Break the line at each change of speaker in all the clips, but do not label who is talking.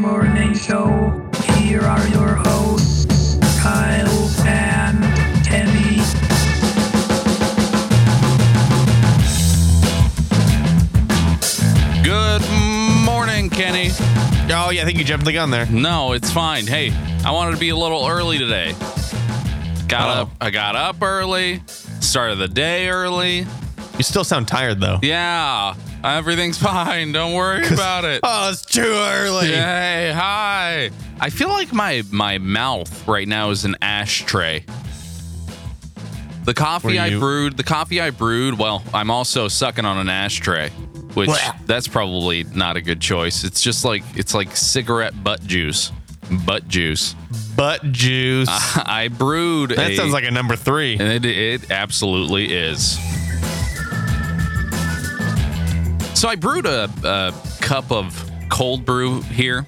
morning show. Here are your hosts, Kyle and Kenny.
Good morning, Kenny.
Oh yeah, I think you jumped the gun there.
No, it's fine. Hey, I wanted to be a little early today. Got
Oh.
up. I got up early. Started the day early.
You still sound tired though.
Yeah, everything's fine. Don't worry about it.
Oh, it's too early.
Hey, hi. I feel like my my mouth right now is an ashtray. The coffee
Were
I
you-
brewed, the coffee I brewed, well, I'm also sucking on an ashtray, which
Blah.
that's probably not a good choice. It's just like it's like cigarette butt juice. Butt juice.
Butt juice.
I brewed
that
a,
sounds like a number three.
and it, it absolutely is. So I brewed a, a cup of cold brew here.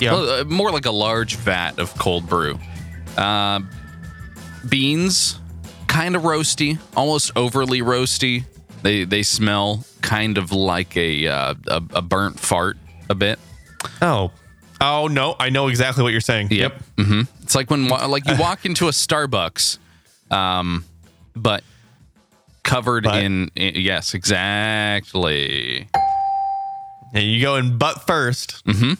Yeah.
Well, uh, more like a large vat of cold brew. Uh, beans, kind of roasty, almost overly roasty. They they smell kind of like a uh, a, a burnt fart a bit.
Oh. Oh no, I know exactly what you're saying.
hmm It's like when wa- like you walk into a Starbucks, um, but covered
But.
in i- yes, exactly.
And you go in butt first.
Mm.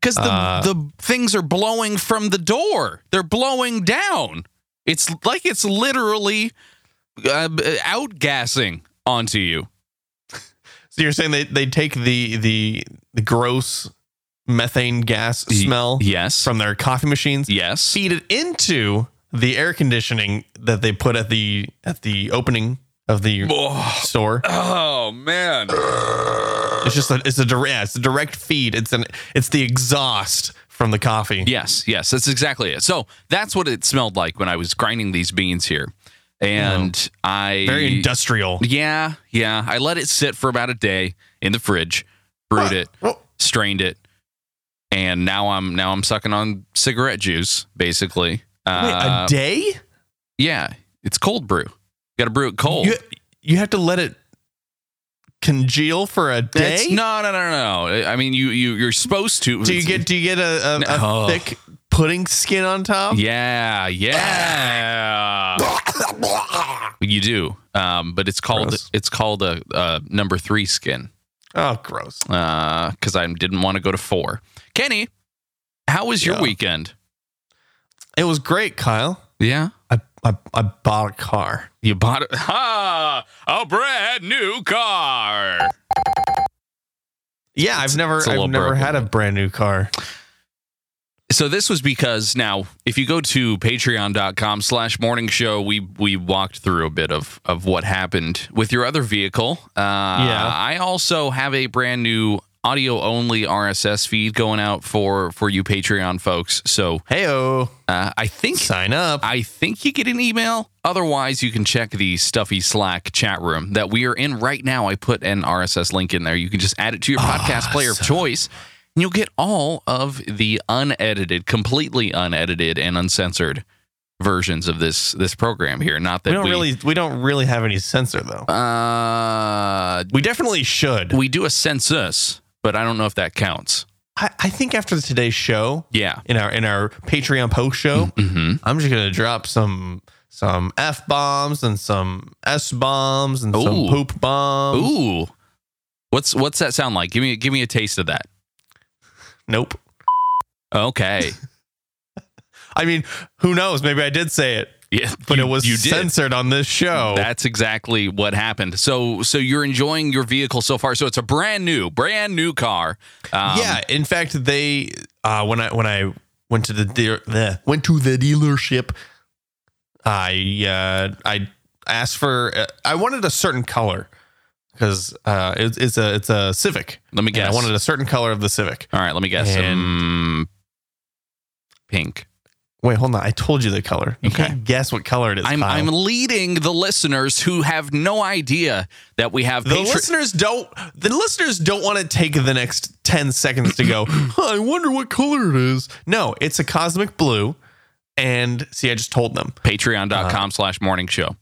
Because the
Uh,
the things are blowing from the door. They're blowing down. It's like it's literally uh, b- outgassing onto you.
So you're saying they, they take the, the the gross methane gas smell
Yes.
from their coffee machines,
yes.
feed it into the air conditioning that they put at the at the opening of the
Oh,
store.
oh man.
It's just a, it's a direct yeah, it's a direct feed. It's an it's the exhaust from the coffee.
Yes, yes, that's exactly it. So that's what it smelled like when I was grinding these beans here, and I
Very industrial.
Yeah, yeah. I let it sit for about a day in the fridge, brewed it,
Oh,
strained it, and now I'm now I'm sucking on cigarette juice basically.
wait,
Uh,
a day?
yeah, it's cold brew. You got to brew it cold.
You, you have to let it congeal for a
That's-
day?
No, no, no, no. no. I mean, you you you're supposed to.
do you get do you get a, a, a
No.
thick pudding skin on top?
Yeah, yeah. You do, um, but it's called
Gross.
it's called a, a number three skin
Oh, gross.
because I didn't want to go to four. Kenny, how was your
Yeah.
weekend?
It was great, Kyle.
Yeah,
I I, I bought a car.
you bought it. Ha! A brand new car.
Yeah, I've never
it's a little
I've never
broken,
had a brand new car.
So this was because now, if you go to patreon.com slash morning show, we we walked through a bit of of what happened with your other vehicle. Uh, yeah. I also have a brand new audio only RSS feed going out for for you Patreon folks. So
Hey oh.
uh, I think
Sign up.
I think you get an email. Otherwise, you can check the stuffy Slack chat room that we are in right now. I put an RSS link in there. You can just add it to your podcast player of choice, and you'll get all of the unedited, completely unedited and uncensored versions of this this program here. Not that
we don't really we don't really have any censor though.
uh,
We definitely should.
we do a census, but I don't know if that counts.
I, I think after today's show,
Yeah.
in our in our Patreon post show,
Mm-hmm.
I'm just gonna drop some some f bombs and some s bombs and some
Ooh.
poop bombs.
Ooh, what's what's that sound like? Give me give me a taste of that.
Nope.
Okay.
I mean, who knows? Maybe I did say it,
Yeah,
but
you-
it was
you did.
censored on this show.
That's exactly what happened. So so you're enjoying your vehicle so far. So it's a brand new, brand new car. Um,
yeah. In fact, they uh, when I when I went to the dealer bleh, went to the dealership, I uh, I asked for uh, I wanted a certain color because uh, it's it's a it's a Civic.
Let me
Yeah,
guess.
I wanted a certain color of the Civic.
All right, let me guess.
And-
Um, pink.
Wait, hold on. I told you the color. You
Okay.
can't guess what color it is.
I'm
Kyle.
I'm leading the listeners who have no idea that we have
the
Patreon.
listeners don't. The listeners don't want to take the next ten seconds to go. "Huh, I wonder what color it is. No, it's a cosmic blue. And see, I just told them. Uh-huh.
Patreon.com slash morning show.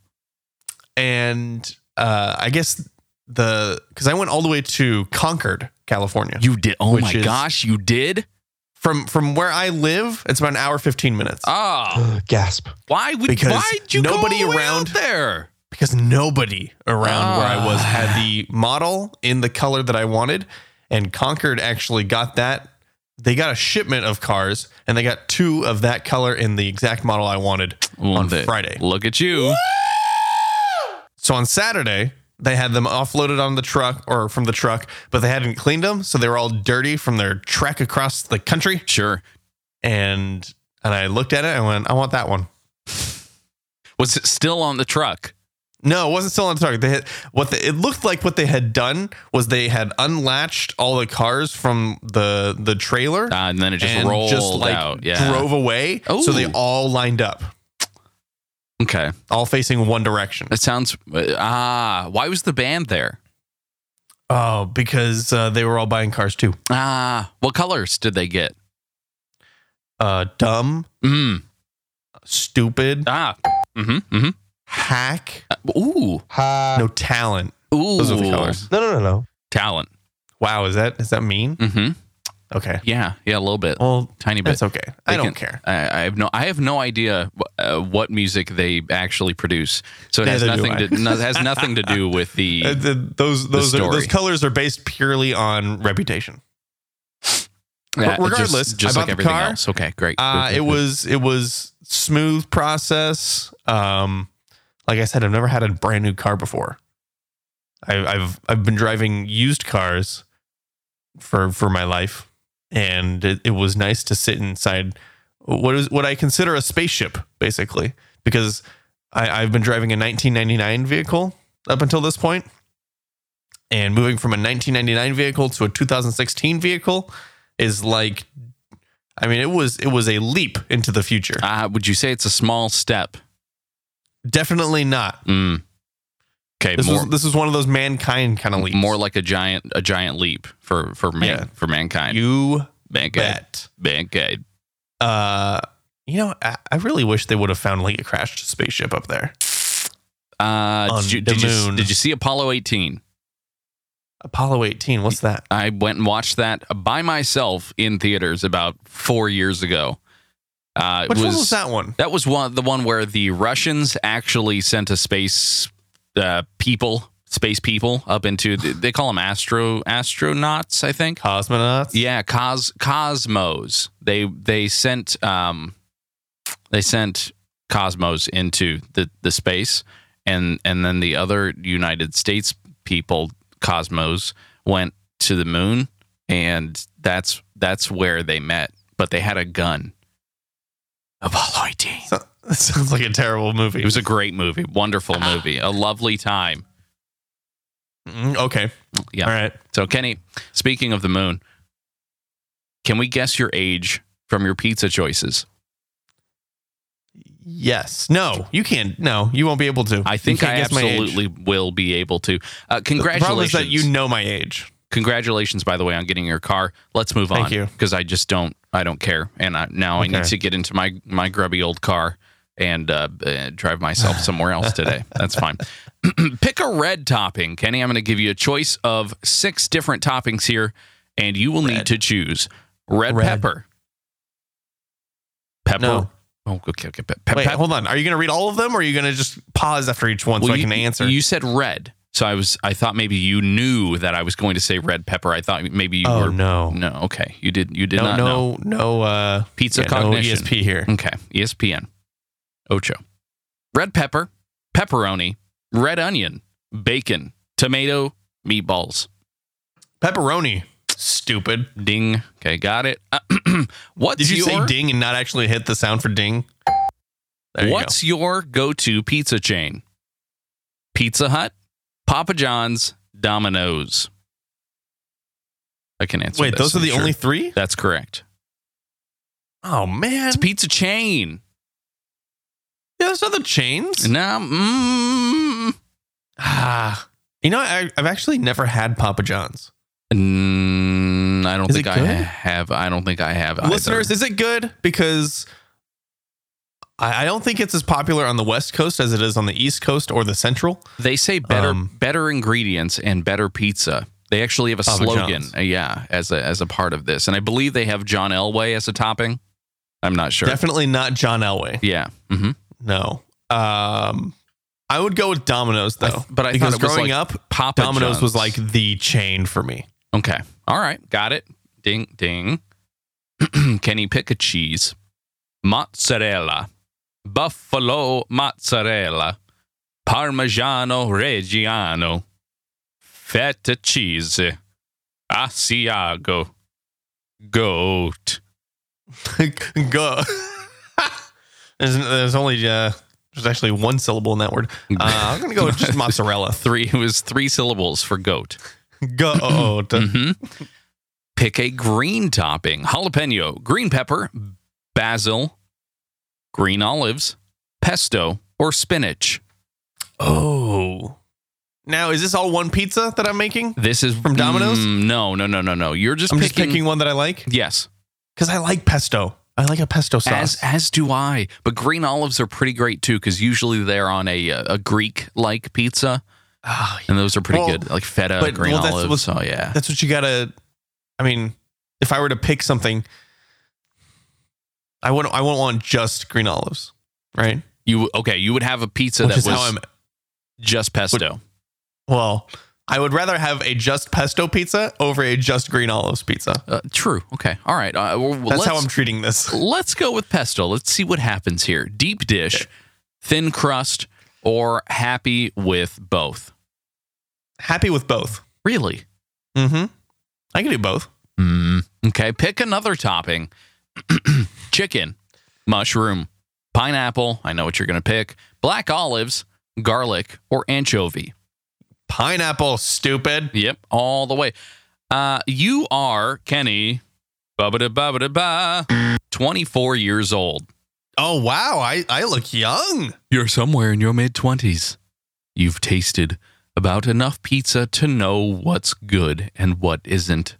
And uh, I guess the because I went all the way to Concord, California.
You did. Oh
Which
my
is-
gosh, you did.
From from where I live, it's about an hour fifteen minutes
Oh,
gasp.
why would
Because
why'd you
nobody
go all the way
around-
out there?
because nobody around where I was
Ah.
had the model in the color that I wanted, and Concord actually got that. They got a shipment of cars, and they got two of that color in the exact model I wanted on
Love it.
Friday.
Look at you.
So on Saturday, they had them offloaded on the truck or from the truck, but they hadn't cleaned them, so they were all dirty from their trek across the country.
Sure.
And and I looked at it and went, I want that one.
Was it still on the truck?
No, it wasn't still on the truck. They had, what the, it looked like what they had done was they had unlatched all the cars from the the trailer
Uh, and then it just
and
rolled
just like
out. Yeah.
drove away. So they
Ooh.
all lined up,
Okay.
all facing one direction.
That sounds. uh, ah, why was the band there?
Oh, because uh, they were all buying cars too.
Ah, what colors did they get?
Uh, dumb,
Mm.
stupid,
Ah. Mm-hmm. Mm-hmm.
hack,
Ooh.
Ha.
no talent.
Ooh.
Those are the colors.
No, no, no, no.
Talent.
Wow, is that is that mean?
Mm-hmm.
Okay.
Yeah. Yeah. A little bit.
Well,
Tiny bit.
that's okay. I
They
don't
can-
care.
I, I have no. I have no idea uh, what music they actually produce. So it has
Neither do
nothing to. No, it has nothing to do with the.
Uh, the- those those are,
story.
those colors are based purely on reputation.
Yeah,
regardless,
just, just
I
like
bought the
everything
car.
else. Okay, great.
Uh,
Good,
it
good,
was it was smooth process. Um, like I said, I've never had a brand new car before. I, I've I've been driving used cars for for my life, and it, it was nice to sit inside what is what I consider a spaceship, basically, because I, I've been driving a 1999 vehicle up until this point, and moving from a 1999 vehicle to a 2016 vehicle is like, I mean, it was it was a leap into the future.
good. Uh, would you say it's a small step?
Definitely not.
Mm. Okay,
This
more
was this was one of those mankind kind of leaps.
more like a giant a giant leap for for man
Yeah.
for mankind.
you
mankind,
bet.
mankind.
Uh, you know, I, I really wish they would have found like a crashed spaceship up there.
Uh,
On
did you
the
did you,
moon.
did you see Apollo 18?
Apollo 18. What's that?
I went and watched that by myself in theaters about four years ago. Uh, it
Which one was that one?
That was one the one where the Russians actually sent a space uh, people, space people up into the, they call them astro astronauts, I think.
Cosmonauts.
Yeah, cos cosmos. They they sent um they sent cosmos into the the space and and then the other United States people cosmos went to the moon and that's that's where they met, but they had a gun. Apollo 18.
So, that sounds like a terrible movie.
It was a great movie, wonderful movie, a lovely time.
Mm, okay.
Yeah.
All right.
So, Kenny, speaking of the moon, can we guess your age from your pizza choices?
Yes. No, you can't. No, you won't be able to.
I
You
think
can't
I
guess my age.
absolutely will be able to. Uh,
The problem is
congratulations!
that you know my age.
congratulations, by the way, on getting your car. Let's move
Thank
on
you.
because I just don't. I don't care, and I, now I need
Okay.
to get into my my grubby old car and uh, uh, drive myself somewhere else today. That's fine. Pick a red topping, Kenny. I'm going to give you a choice of six different toppings here, and you will need
Red.
to choose red,
Red.
pepper, pepper.
No.
Oh, okay, okay. Pe- pe-
Wait,
pep-
hold on. Are you going to read all of them, or are you going to just pause after each one so
well,
I
you-
can answer?
You said red, so I was. I thought maybe you knew that I was going to say red pepper. I thought maybe you
oh
were.
no, no,
No, okay. You did. You did
no,
not know.
no, uh,
Pizza
yeah, no
cognition. Mm.
ESP here.
Okay. E ESPN. Ocho. Red pepper, pepperoni, red onion, bacon, tomato, meatballs.
Pepperoni. Stupid.
Ding. Okay, got it. what's
Did you
your
say ding and not actually hit the sound for ding? There you
What's your go-to pizza chain? Pizza Hut, Papa John's, Domino's. I can
go.
answer.
Wait,
this,
those are
I'm
the
sure.
only three?
That's correct.
Oh man,
It's a pizza chain.
yeah, there's other chains.
No, mm,
Ah, you know, I, I've actually never had Papa John's.
Mm, I don't
Is
think
it
I
good?
have. I don't think I have.
Listeners,
either.
is it good? Because I, I don't think it's as popular on the West Coast as it is on the East Coast or the Central.
they say better
um,
better ingredients and better pizza. They actually have a
Papa
slogan,
John's.
uh, yeah, as a as a part of this, and I believe they have John Elway as a topping. I'm not sure.
Definitely not John Elway.
yeah, hmm
No. Um, I would go with Domino's though,
but I
because
thought it was
growing
like
up,
Papa
Domino's
John's.
was like the chain for me.
okay, all right, got it. Ding ding. Can he pick a cheese? Mozzarella, buffalo mozzarella, Parmigiano Reggiano, feta cheese, Asiago, goat.
go. there's, there's only uh, there's actually one syllable in that word. Uh, I'm gonna go with just mozzarella.
Three it was three syllables for goat.
Go.
hmm Pick a green topping: jalapeno, green pepper, basil, green olives, pesto, or spinach.
Oh. Now is this all one pizza that I'm making?
This is
From Domino's?
Mm, no, no, no, no, no. You're just,
I'm
picking,
just picking one that I like
Yes,
because I like pesto. I like a pesto
as
sauce.
as do I. But green olives are pretty great too because usually they're on a uh, a Greek like pizza,
Ah,
and those are pretty
Well,
good, like feta,
but-
green
well, that's
olives.
what's-
So yeah,
that's what you gotta. I mean, if I were to pick something, I wouldn't. I wouldn't want just green olives, right?
you okay? You would have a pizza
Which
that
is how
was
I'm.
just pesto.
Well, I would rather have a just pesto pizza over a just green olives pizza.
Uh, true. Okay. All right. Uh, well,
That's
let's,
how I'm treating this.
let's go with pesto. Let's see what happens here. Deep dish, thin crust, or happy with both.
Happy with both.
Really?
Mm-hmm. I can do both.
Mm. Okay. Pick another topping chicken, mushroom, pineapple. I know what you're going to pick. Black olives, garlic, or anchovy.
Pineapple, stupid.
Yep. All the way. Uh, you are Kenny. Bubba da bubba da ba. 24 years old.
Oh wow, I I look young.
You're somewhere in your mid 20s. You've tasted about enough pizza to know what's good and what isn't.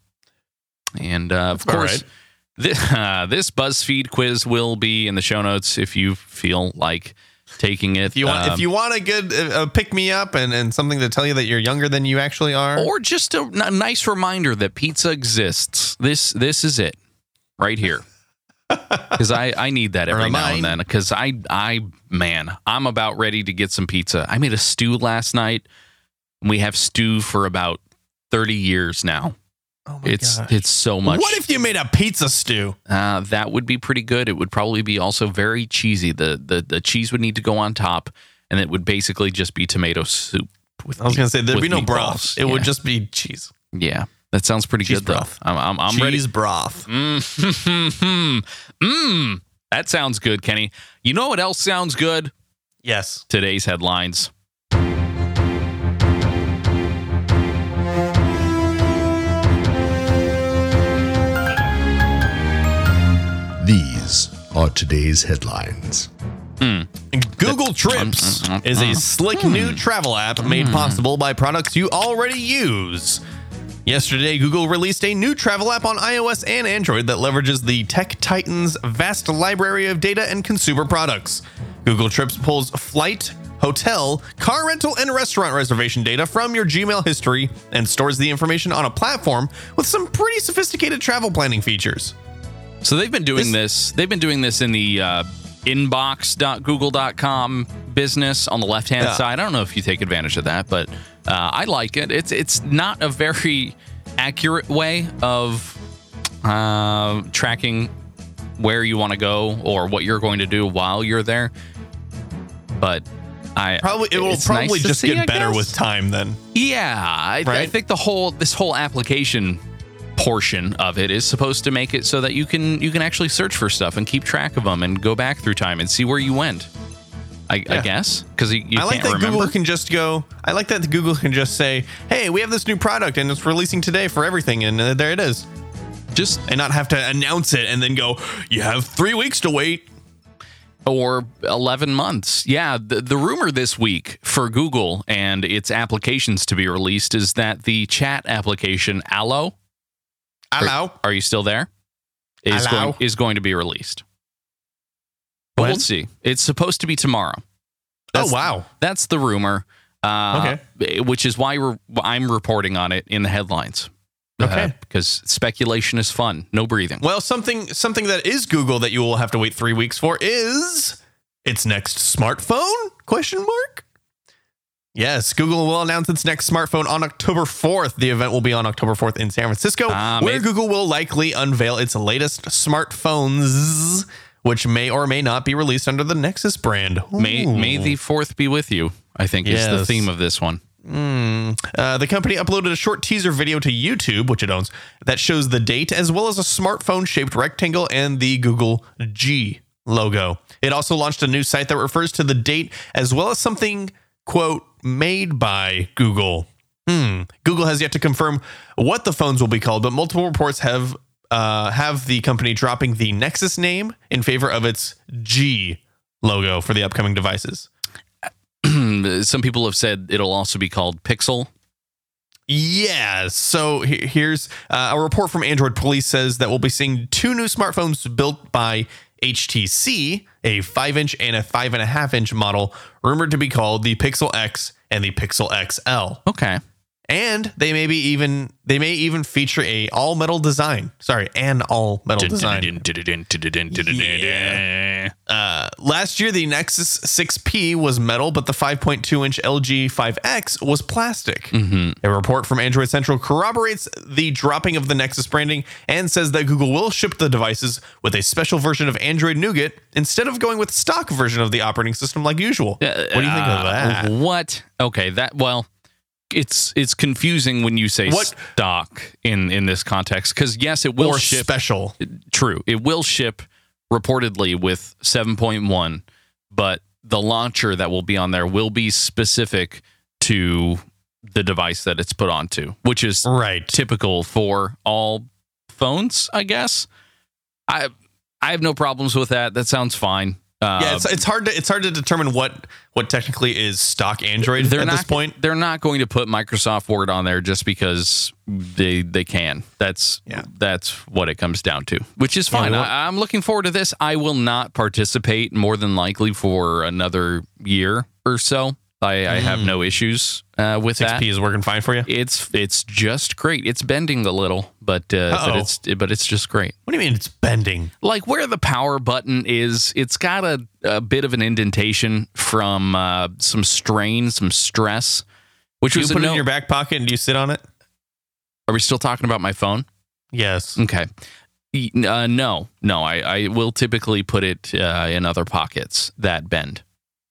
And uh, of
That's about
course,
right.
this, uh, this BuzzFeed quiz will be in the show notes if you feel like taking it. um,
If you want, if you want a good uh, pick me up and and something to tell you that you're younger than you actually are,
or just a n- nice reminder that pizza exists. This this is it right here. Because I, I need that every now and
Remind-
then. Because I I man I'm about ready to get some pizza. I made a stew last night. We have stew for about thirty years now.
oh my
It's
gosh.
it's so much.
What if you made a pizza stew?
uh, that would be pretty good? It would probably be also very cheesy. The the the cheese would need to go on top, and it would basically just be tomato soup with
I was gonna say there'd
with
be no
meatballs.
broth. It
Yeah.
would just be cheese.
Yeah, that sounds pretty
Cheese
good though.
broth.
I'm I'm, I'm
cheese
ready.
broth.
Mm, mm, that sounds good, Kenny. You know what else sounds good?
Yes.
Today's headlines.
These are today's headlines.
Google
Mm,
Trips is a slick
Hmm.
new travel app made possible by products you already use. Yesterday, Google released a new travel app on iOS and Android that leverages the tech titan's vast library of data and consumer products. Google Trips pulls flight, hotel, car rental, and restaurant reservation data from your Gmail history and stores the information on a platform with some pretty sophisticated travel planning features.
So they've been doing this. They've been doing this in the uh, inbox.google.com business on the left hand
Yeah.
side. I don't know if you take advantage of that, but uh, I like it. It's it's not a very accurate way of uh, tracking where you want to go or what you're going to do while you're there. But I
Probably it will
it's nice
probably
to
just
see, I
get better
guess.
with time then.
Yeah, I, I
Right?
think the whole this whole application portion of it is supposed to make it so that you can you can actually search for stuff and keep track of them and go back through time and see where you went. I, I guess because you, you
I like
can't
that
remember.
Google can just go. I like that Google can just say, "Hey, we have this new product and it's releasing today for everything," and uh, there it is,
Just
and not have to announce it and then go, "You have three weeks to wait."
or 11 months. Yeah, the, the rumor this week for Google and its applications to be released is that the chat application Allo,
Hello.
are you still there? Is
Allo?
going is going to be released. But
When?
we'll see. It's supposed to be tomorrow.
Oh
That's-
wow.
That's the rumor. Uh, okay. Which is why we're, I'm reporting on it in the headlines.
Okay.
because speculation is fun. No breathing.
Well, something something that is Google that you will have to wait three weeks for is its next smartphone? Question mark. Yes, Google will announce its next smartphone on October 4th. The event will be on October 4th in San Francisco,
Ah,
where
maybe-
Google will likely unveil its latest smartphones, which may or may not be released under the Nexus brand.
May
Ooh.
May the fourth be with you. I think is the
Yes.
theme of this one.
Mm. Uh, the company uploaded a short teaser video to YouTube, which it owns, that shows the date as well as a smartphone shaped rectangle and the Google G logo. It also launched a new site that refers to the date as well as something, quote, made by Google. Hmm. Google has yet to confirm what the phones will be called, but multiple reports have uh, have the company dropping the Nexus name in favor of its G logo for the upcoming devices.
Some people have said it'll also be called Pixel.
Yeah. So he- here's uh, a report from Android Police says that we'll be seeing two new smartphones built by HTC, a five inch and a five and a half inch model, rumored to be called the Pixel X and the Pixel XL.
Okay.
And they may be even they may even feature a all metal design. Sorry, an all metal design. Yeah. Uh, last year, the Nexus 6P was metal, but the 5.2 inch LG 5X was plastic. A report from Android Central corroborates the dropping of the Nexus branding and says that Google will ship the devices with a special version of Android Nougat instead of going with stock version of the operating system like usual. what do you think
uh,
of that?
What? Okay. That well, it's it's confusing when you say
What-
stock in in this context because yes, it will
or
ship.
special?
True, it will ship reportedly with seven point one, but the launcher that will be on there will be specific to the device that it's put onto, which is
Right.
typical for all phones, I guess. I I have no problems with that. That sounds fine. Uh,
yeah, it's, it's hard to it's hard to determine what what technically is stock Android
they're
at
not,
this point.
They're not going to put Microsoft Word on there just because they they can. That's
Yeah.
that's what it comes down to, which is fine.
we want-
I, I'm looking forward to this. I will not participate more than likely for another year or so. I, I have
Mm.
no issues uh, with that.
6P is working fine for you.
It's it's just great. It's bending a little, but uh, but
Uh-oh.
it's but it's just great.
What do you mean it's bending?
like where the power button is, it's got a, a bit of an indentation from uh, some strain, some stress, which
Do you
was
put
a
it
no-
in your back pocket and do you sit on it?
Are we still talking about my phone?
Yes.
Okay. E- Uh, no, no. I, I will typically put it uh, in other pockets that bend.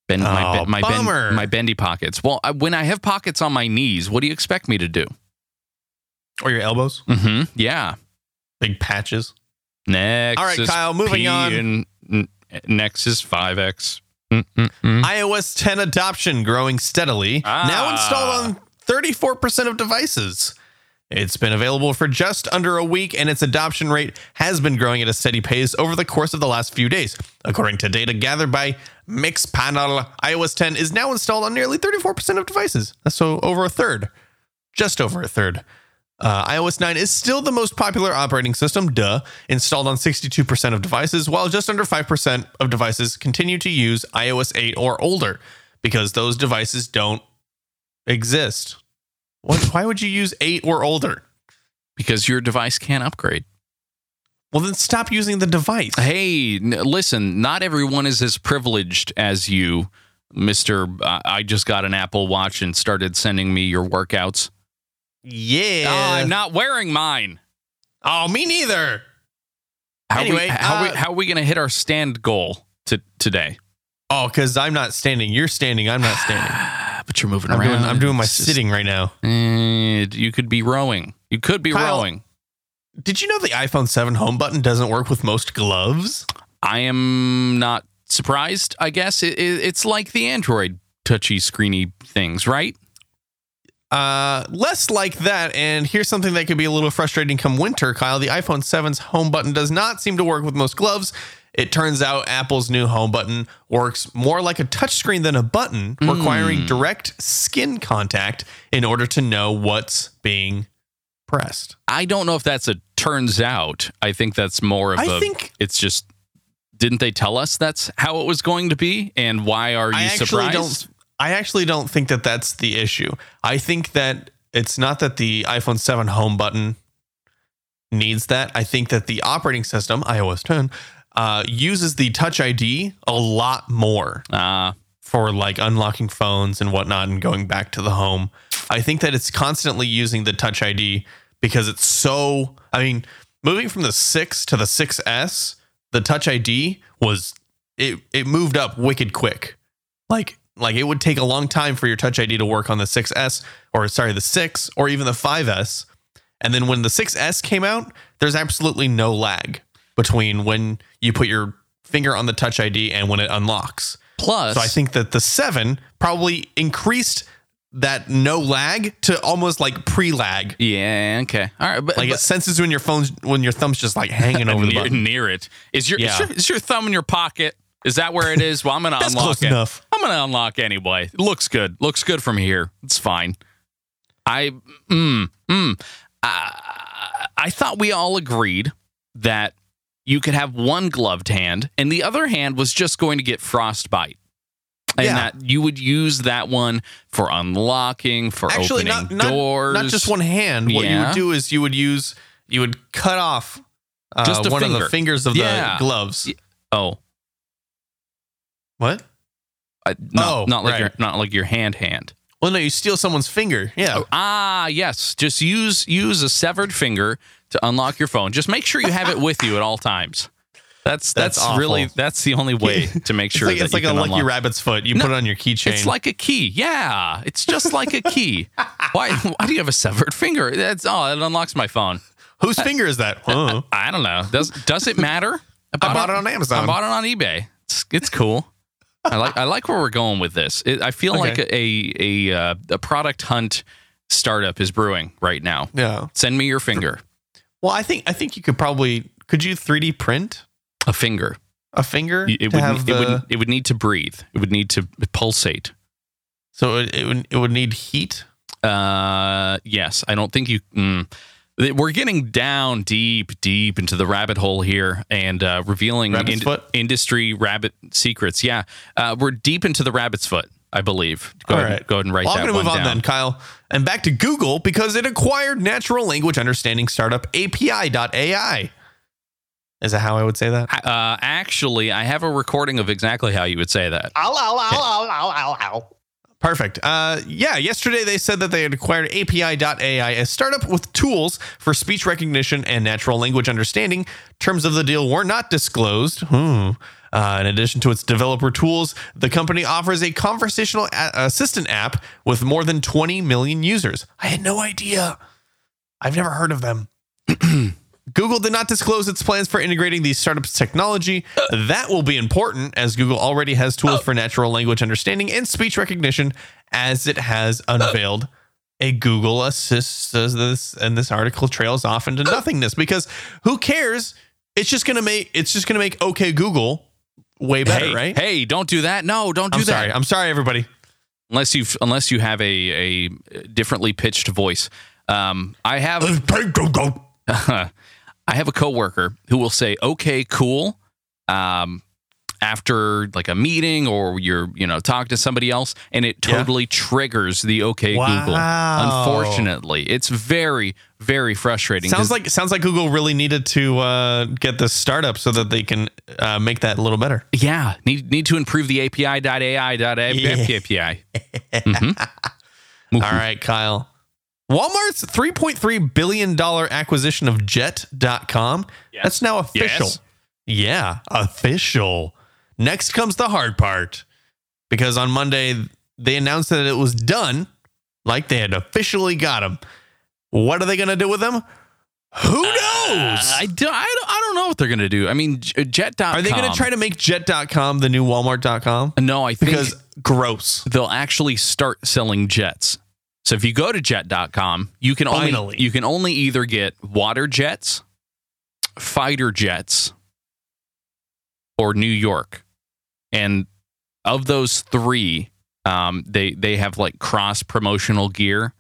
Bend my,
Oh,
ben- my, bend-
bummer.
my bendy pockets. Well, I, when I have pockets on my knees, what do you expect me to do?
Or your elbows?
Mm-hmm. Yeah.
Big patches.
Next.
All right, Kyle, moving on.
Nexus 5X. Mm, mm, mm.
iOS 10 adoption growing steadily.
Ah.
Now installed on 34% of devices. It's been available for just under a week, and its adoption rate has been growing at a steady pace over the course of the last few days. According to data gathered by Mixpanel, iOS 10 is now installed on nearly 34% of devices. That's so over a third, just over a third. Uh, iOS 9 is still the most popular operating system, duh, installed on 62% of devices, while just under 5% of devices continue to use iOS 8 or older because those devices don't exist. What, why would you use 8 or older?
because your device can't upgrade.
Well, then stop using the device.
Hey, n- listen, not everyone is as privileged as you, Mister. I I just got an Apple Watch and started sending me your workouts.
Yeah.
Ah, I'm not wearing mine.
oh, me neither.
How
Anyway,
we, how,
uh,
we, how are we going to hit our stand goal to, today?
Oh, because I'm not standing. You're standing. I'm not standing.
Ah, But you're moving
I'm
around.
doing, I'm doing my
It's just-
sitting right now.
Eh, you could be rowing. You could be
Kyle-
rowing.
Did you know the iPhone 7 home button doesn't work with most gloves?
I am not surprised. I guess it, it, it's like the Android touchy screeny things, right?
Uh, less like that, and here's something that could be a little frustrating come winter, Kyle. The iPhone 7's home button does not seem to work with most gloves. It turns out Apple's new home button works more like a touchscreen than a button, requiring direct skin contact in order to know what's being pressed.
I don't know if that's a turns out. I think that's more of
I
a.
think-
it's just didn't they tell us that's how it was going to be and why are you
I actually
surprised?
don't. I actually don't think that that's the issue. I think that it's not that the iPhone 7 home button needs that. I think that the operating system, iOS 10, uh, uses the Touch ID a lot more
Uh,
for like unlocking phones and whatnot and going back to the home. I think that it's constantly using the Touch ID because it's so. I mean, moving from the six to the 6S, the Touch ID was it. It moved up wicked quick. Like like it would take a long time for your Touch ID to work on the 6S or sorry the six or even the 5S. And then when the 6S came out, there's absolutely no lag between when you put your finger on the Touch ID and when it unlocks.
plus,
So I think that the seven probably increased that no lag to almost like pre-lag.
yeah, okay, all right, but,
Like
but
it senses when your phone's when your thumb's just like hanging over the
near,
button.
near it is your, is
Yeah.
your is your thumb in your pocket? Is that where it is? Well, I'm gonna
That's
unlock
close
it.
enough.
I'm gonna unlock anyway. It looks good. Looks good from here. It's fine. I mm mm. I, I thought we all agreed that you could have one gloved hand and the other hand was just going to get frostbite. And
Yeah.
that you would use that one for unlocking, for
Actually,
opening
not, not
doors.
not just one hand. What you
Yeah.
would do is you would use you would cut off uh,
Just a
one of
finger.
the fingers of
Yeah.
the gloves.
Y- Oh,
What?
I, not,
Oh,
not like
right.
your not like your hand hand.
Well, no, you steal someone's finger. Yeah.
Ah, yes. Just use use a severed finger to unlock your phone. Just make sure you have it with you at all times. That's that's,
That's awful.
really that's the only way to make
It's
sure
like,
that
it's
you
like a
can
lucky
unlock.
rabbit's foot. You
No,
put it on your keychain.
It's like a key. Yeah, it's just like a key. why why do you have a severed finger? That's oh, it unlocks my phone.
whose finger is that? Huh.
I don't know. Does does it matter?
I bought it on Amazon.
I bought it on eBay. It's, it's cool. I like I like where we're going with this. It, I feel
Okay.
like a a, uh, a product hunt startup is brewing right now.
yeah.
Send me your finger.
Well, I think I think you could probably could you 3D print
A finger.
a finger
It
to
would,
have the
it would it would need to breathe. It would need to pulsate.
so it, it would it would need heat.
Uh, yes, I don't think you. Mm, Th- we're getting down deep, deep into the rabbit hole here and uh, revealing
Rabbit's foot?
industry rabbit secrets. Yeah, uh, we're deep into the rabbit's foot, I believe. Go
All
ahead,
right.
go ahead and write
Well,
that
I'm going to
one
move on
down.
then, Kyle, and back to Google because it acquired natural language understanding startup API.ai. Is that how I would say that?
Uh, actually, I have a recording of exactly how you would say that.
Ow, ow, ow, ow, ow, ow, ow.
Perfect. Uh, yeah, yesterday they said that they had acquired API.ai, a startup with tools for speech recognition and natural language understanding. Terms of the deal were not disclosed. Hmm. Uh, in addition to its developer tools, the company offers a conversational a- assistant app with more than 20 million users. I had no idea. I've never heard of them. Google did not disclose its plans for integrating the startup's technology. That will be important as Google already has tools for natural language understanding and speech recognition, as it has unveiled a Google Assist. Does this and this article trails off into nothingness because who cares? It's just gonna make it's just gonna make OK Google way better,
hey,
right?
hey, don't do that. No, don't do
I'm
that.
sorry. I'm sorry, everybody.
unless you unless you have a a differently pitched voice. Um, I
Uh,
have I have a coworker who will say okay, cool, um, after like a meeting or you're you know talking to somebody else, and it
Yeah.
totally triggers the okay Google.
Wow.
Unfortunately, it's very very frustrating. 'cause-
Sounds like sounds like Google really needed to uh, get this startup so that they can uh, make that a little better.
yeah, need need to improve the API.ai.ai
Yeah.
API. Mhm. Mhm.
All right, Kyle. Walmart's $3.3 billion acquisition of jet.com. That's now official.
Yes.
Yeah, official. Next comes the hard part because on Monday, they announced that it was done, like they had officially got them. What are they going to do with them? Who knows?
Uh, I, do, I, don't, I don't know what they're going to do. I mean, J- Jet.com.
are they going to try to make jet.com the new walmart.com?
No, I think
Because gross.
they'll actually start selling jets. So if you go to jet.com, you can only
Finally.
you can only either get water jets, fighter jets, or New York. And of those three, um, they they have like cross promotional gear,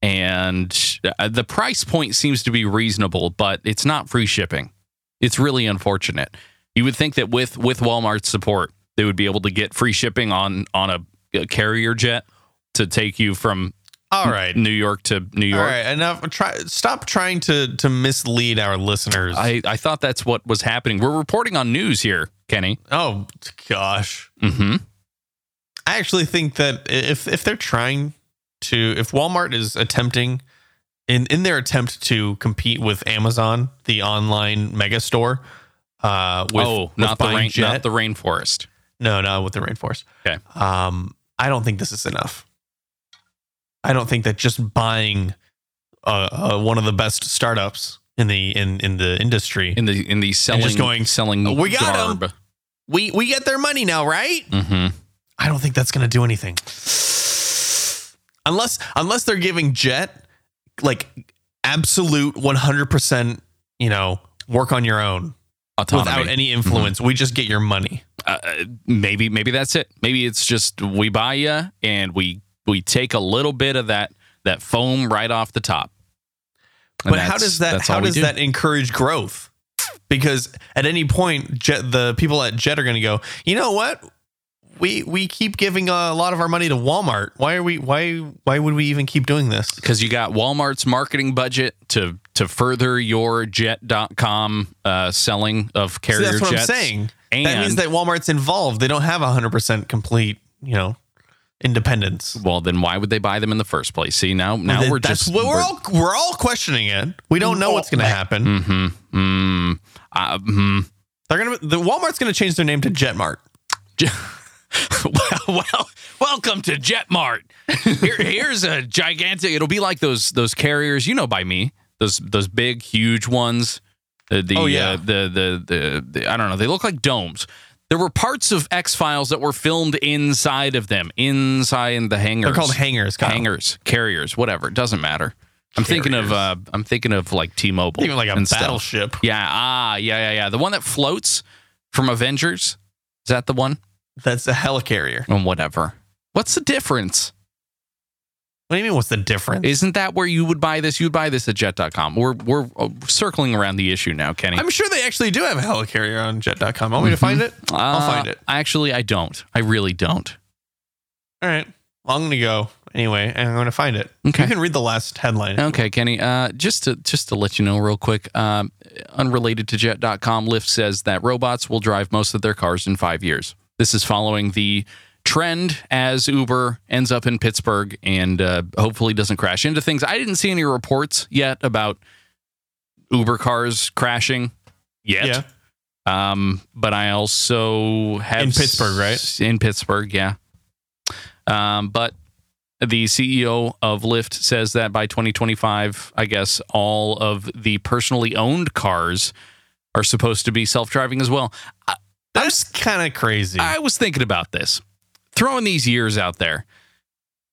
and uh, the price point seems to be reasonable, but it's not free shipping. It's really unfortunate. You would think that with with Walmart's support, they would be able to get free shipping on on a a carrier jet to take you from
All right.
New York to New
All
York.
right. Enough. Try. Stop trying to to mislead our listeners.
I, I thought that's what was happening. We're reporting on news here, Kenny.
oh gosh.
Mm-hmm.
I actually think that if if they're trying to if Walmart is attempting in in their attempt to compete with Amazon, the online mega store, uh with,
oh,
with
not the
buying
rain,
Jet-
not the rainforest.
No, not with the rainforest.
Okay.
Um, I don't think this is enough. I don't think that just buying uh, uh, one of the best startups in the in in the industry.
in the in the selling
going,
selling
"Oh, we got 'em."
garb.
we we get their money now, right?
Mhm.
I don't think that's going to do anything. Unless unless they're giving Jet like absolute 100%, you know, work on your own
Autonomy. Mm-hmm.
without any influence. We just get your money.
Uh, uh, maybe maybe that's it. Maybe it's just we buy you and we we take a little bit of that that foam right off the top. And
but how
that's-
does that
that's
how
all we
does
do.
that encourage growth? Because at any point, Jet, the people at Jet are going to go. You know what? We we keep giving a lot of our money to Walmart. Why are we? Why why would we even keep doing this?
because you got Walmart's marketing budget to to further your jet.com uh, selling of
So
carrier
that's what
jets.
I'm saying.
And
that means that Walmart's involved. They don't have 100 percent complete, you know, independence.
well, then why would they buy them in the first place? See, now now
That-
we're
that's
just
what we're, all we're all questioning it. We don't know what's going to happen.
hmm mm, uh, mm.
They're going to the Walmart's going to change their name to Jetmart.
well, well, welcome to Jetmart. Here, here's a gigantic. It'll be like those those carriers you know by me. Those those big huge ones. The, the,
Oh, yeah.
uh, the, the the the I don't know. They look like domes. There were parts of X Files that were filmed inside of them, inside the hangars.
They're called hangers. Kyle.
hangars, carriers, whatever. It doesn't matter. I'm thinking of uh, I'm thinking of like T-Mobile,
Even like a
and stuff.
battleship.
Yeah, ah, yeah, yeah, yeah. The one that floats from Avengers. Is that the one?
That's a helicarrier.
and whatever. What's the difference?
What do you mean? What's the difference?
Isn't that where you would buy this? You'd buy this at jet.com. We're we're uh, circling around the issue now, Kenny.
I'm sure they actually do have a helicarrier on jet.com. Want me to find it? I'll
Uh,
find it.
Actually, I don't. I really don't.
All right. Well, I'm going to go anyway, and I'm going to find it.
Okay.
You can read the last headline.
Okay, Kenny. Uh, just to just to let you know real quick, um, unrelated to jet.com, Lyft says that robots will drive most of their cars in 5 years. This is following the trend as Uber ends up in Pittsburgh and uh, hopefully doesn't crash into things. I didn't see any reports yet about Uber cars crashing yet.
Yeah.
Um, but I also have
In Pittsburgh, right?
In Pittsburgh, yeah. Um, but the CEO of Lyft says that by 2025, I guess all of the personally owned cars are supposed to be self-driving as well. I,
That's kind of crazy.
I was thinking about this, throwing these years out there.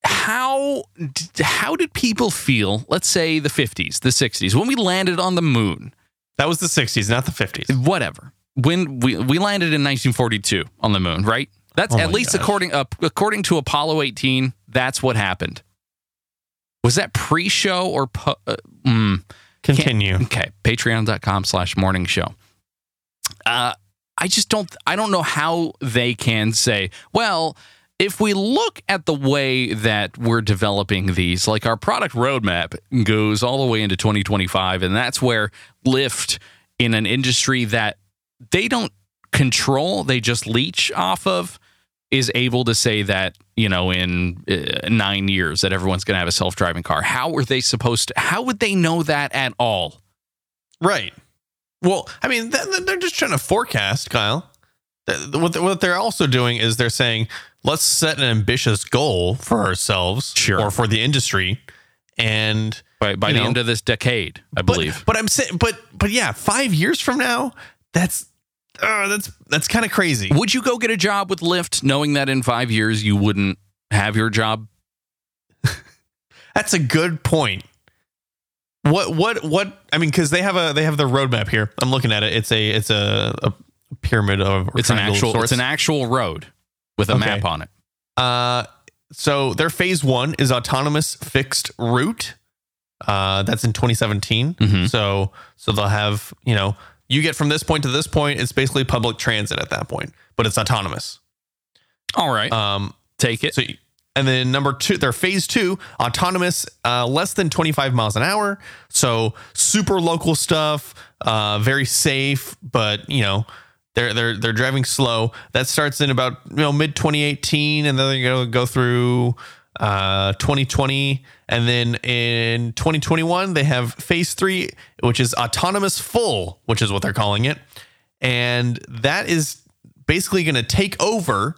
How d- how did people feel? Let's say the 50s, the 60s, when we landed on the moon
that was the 60s, not the 50s.
whatever. When we we landed in 1942 on the moon, right? That's
Oh
at
my
least
gosh.
according up according to Apollo 18. That's what happened. Was that pre-show or po- uh, mm,
Continue.
okay? Patreon.com slash morning show. Uh, I just don't. I don't know how they can say, well, if we look at the way that we're developing these, like our product roadmap goes all the way into 2025, and that's where Lyft, in an industry that they don't control, they just leech off of, is able to say that you know in uh, nine years that everyone's going to have a self-driving car. How are they supposed to? How would they know that at all?
Right. Well, I mean, th- th- they're just trying to forecast, Kyle. Th- th- What th- what they're also doing is they're saying, let's set an ambitious goal for ourselves
Sure.
or for the industry. And
By, by
You
the
know.
end of this decade, I
But-
believe.
But I'm saying, but but yeah, five years from now, that's uh, that's that's kind of crazy.
Would you go get a job with Lyft knowing that in five years you wouldn't have your job?
That's a good point. What what what? I mean, because they have a they have the roadmap here. I'm looking at it. It's a it's a, a pyramid of or
It's an
triangle of
actual
sorts.
it's an actual road with a
Okay.
map on it.
Uh, so their phase one is autonomous fixed route. Uh, that's in 2017.
Mhm.
So so they'll have you know you get from this point to this point. It's basically public transit at that point, but it's autonomous.
All right.
Um,
Uh, Take it.
So, you- and then number two, their phase two, autonomous, uh, less than 25 miles an hour. So super local stuff, uh, very safe, but you know, they're, they're, they're driving slow. That starts in about, you know, mid 2018 and then they're going to go through, uh, 2020. And then in 2021, they have phase three, which is autonomous full, which is what they're calling it. And that is basically going to take over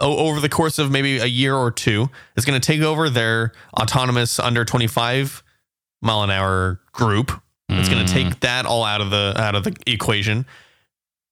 o- over the course of maybe a year or two is going to take over their autonomous under 25 mile an hour group it's going to take that all out of the out of the equation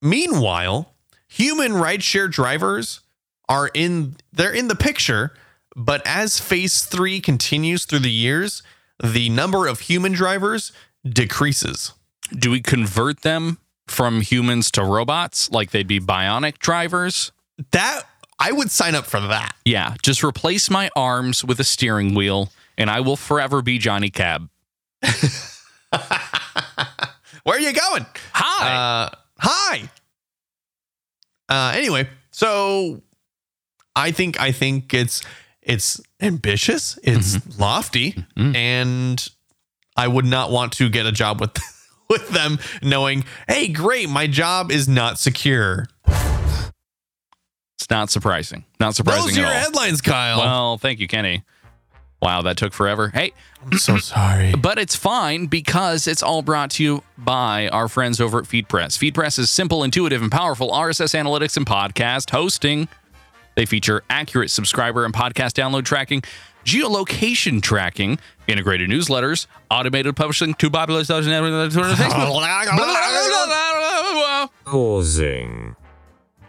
meanwhile human rideshare drivers are in they're in the picture but as phase 3 continues through the years the number of human drivers decreases
Do we convert them from humans to robots like they'd be bionic drivers?
that i would sign up for that
Yeah, just replace my arms with a steering wheel and I will forever be Johnny Cab.
where are you going
Hi.
Uh, hi. Uh, anyway, so I think I think it's it's ambitious, it's lofty, and I would not want to get a job with with them knowing, hey, great, my job is not secure.
it's not surprising. Not surprising
Those are your
at all.
headlines, Kyle.
Well, thank you, Kenny. Wow, that took forever. Hey,
I'm so sorry.
But it's fine because it's all brought to you by our friends over at FeedPress. FeedPress is simple, intuitive, and powerful RSS analytics and podcast hosting. They feature accurate subscriber and podcast download tracking, geolocation tracking, integrated newsletters, automated publishing to popularize Facebook
Pausing.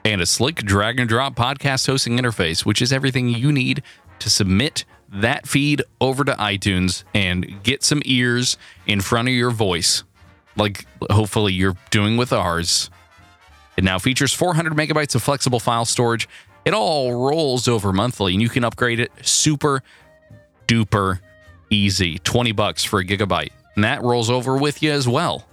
and a slick drag and drop podcast hosting interface, which is everything you need to submit that feed over to iTunes and get some ears in front of your voice, like hopefully you're doing with ours. It now features 400 megabytes of flexible file storage. It all rolls over monthly, and you can upgrade it super duper easy 20 bucks for a gigabyte. And that rolls over with you as well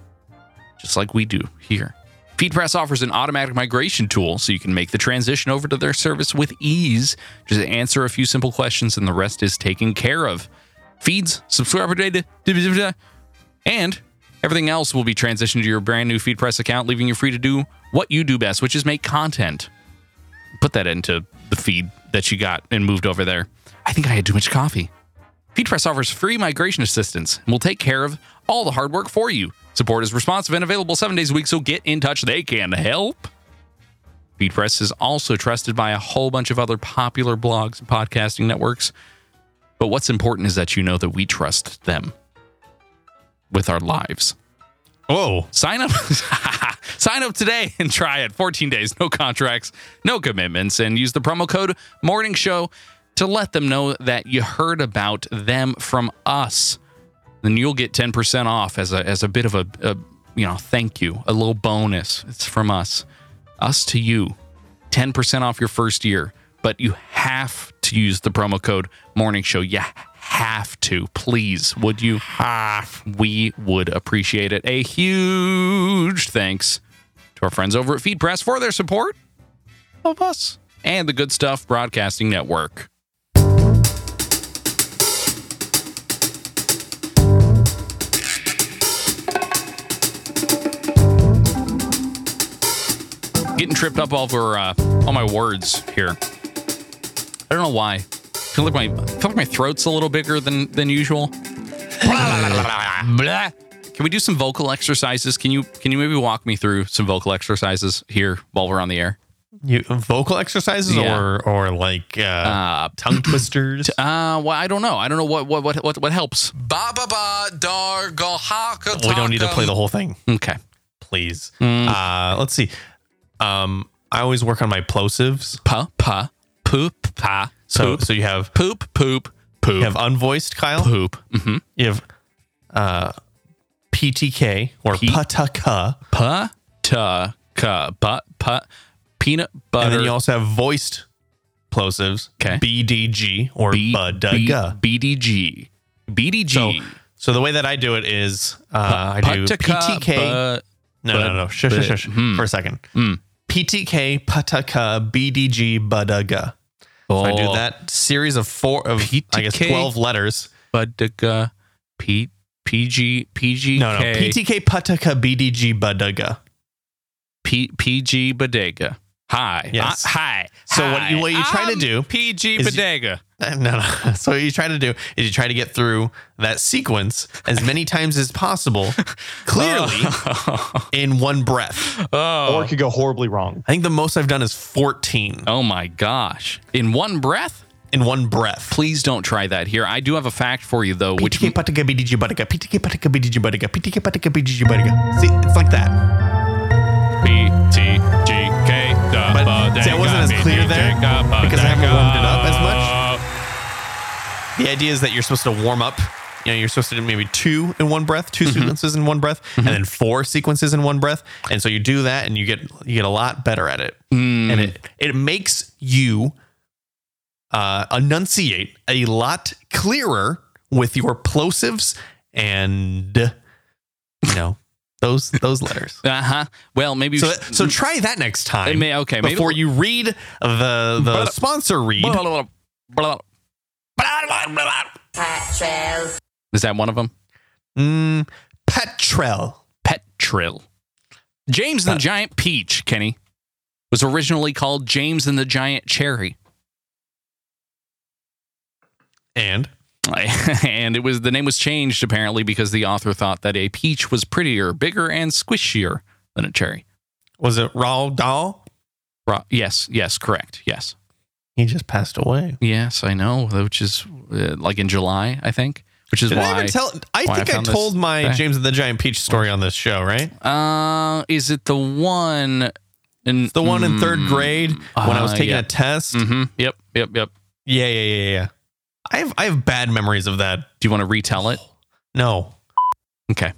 just like we do here. FeedPress offers an automatic migration tool so you can make the transition over to their service with ease. Just answer a few simple questions and the rest is taken care of. Feeds, subscriber data, da- da- da- da, and everything else will be transitioned to your brand new FeedPress account, leaving you free to do what you do best, which is make content. Put that into the feed that you got and moved over there. I think I had too much coffee. FeedPress offers free migration assistance and will take care of all the hard work for you. Support is responsive and available seven days a week, so get in touch. They can help. FeedPress is also trusted by a whole bunch of other popular blogs and podcasting networks. But what's important is that you know that we trust them with our lives.
Whoa.
Sign up. Sign up today and try it. 14 days, no contracts, no commitments, and use the promo code Morning Show to let them know that you heard about them from us. Then you'll get 10% off as a as a bit of a, a you know thank you, a little bonus. It's from us, us to you. 10% off your first year, but you have to use the promo code Morning Show. You have to, please. Would you? We would appreciate it. A huge thanks to our friends over at FeedPress for their support of us and the Good Stuff Broadcasting Network. Getting tripped up over uh, all my words here. I don't know why. I feel like my I feel like my throat's a little bigger than than usual. Blah. Can we do some vocal exercises? Can you can you maybe walk me through some vocal exercises here while we're on the air?
You vocal exercises
Yeah.
or or like uh,
Uh,
tongue twisters?
Uh, well, I don't know. I don't know what what what what, what helps. Ba ba ba dar
we don't need to play the whole thing.
Okay.
please.
Mm.
Uh, let's see. Um, I always work on my plosives.
Pa pa poop pa
So
poop
so you have
poop poop poop
you have unvoiced Kyle.
poop. Mm-hmm.
You have uh, PTK or
P-
pataka,
Pa ta ka pa pa peanut butter.
and then you also have voiced plosives.
'Kay.
BDG or
B- B-
badaga.
BDG BDG.
So so the way that I do it is uh, I do
Pataka,
PTK.
ba-
no,
but-
no, no, Shush,
but-
shush, shush.
hmm.
For a second.
Hmm.
PTK pataka BDG badaga. So I do
Oh.
that series of four of I guess
PTK?
twelve letters.
Buddha, P, PG, PG,
No, no. PTK Putaka BDG Buduga.
P, PG Bodega. Hi.
Yes.
Uh, hi.
So what-
Hi.
what you trying to
I'm
do
PG
is you-
Bodega.
No, no. So what you try to do is you try to get through that sequence as many times as possible, clearly
Oh.
in one breath.
Or it could go horribly wrong.
I think the most I've done is 14
Oh my gosh. In one breath?
in one breath.
Please don't try that here. I do have a fact for you though, which
PTK Pataka BDG Badaka, PTK Pataka BDG Badaka, PTK Pataka BDG Badaka. See, it's like that.
P T G K
But see, I wasn't as clear there because I haven't warmed it up as much. The idea is that you're supposed to warm up. You know, you're supposed to do maybe two in one breath, 2 sequences in one breath, and then four sequences in one breath. And so you do that, and you get you get a lot better at it. And it it makes you uh, enunciate a lot clearer with your plosives and you know those those letters.
Uh huh. Well, maybe
So,
we should-
so try that next time.
may- okay, maybe- uh,
Before you read the the sponsor read,
Blah, blah, blah, blah, blah. Is that one of them?
mm, Petrel.
Petril. James
Uh.
and the Giant Peach, Kenny, was originally called James and the Giant Cherry.
And
and it was the name was changed apparently because the author thought that a peach was prettier, bigger, and squishier than a cherry.
was it Raul Dahl?
Ra- yes, yes, correct. Yes.
He just passed away.
Yes, I know, which is uh, like in July, I think, which is
Did
why
I ever tell? I
why I
think I,
found this
told my
thing.
James and the Giant Peach story on this show, right?
Uh, is it the one? In,
It's the one in third
Mm,
grade when I was
uh,
taking
yeah.
a test.
mhm, Yep, yep, yep.
Yeah, yeah, yeah, yeah, yeah. I have I have bad memories of that.
Do you want to retell it?
No,
Okay.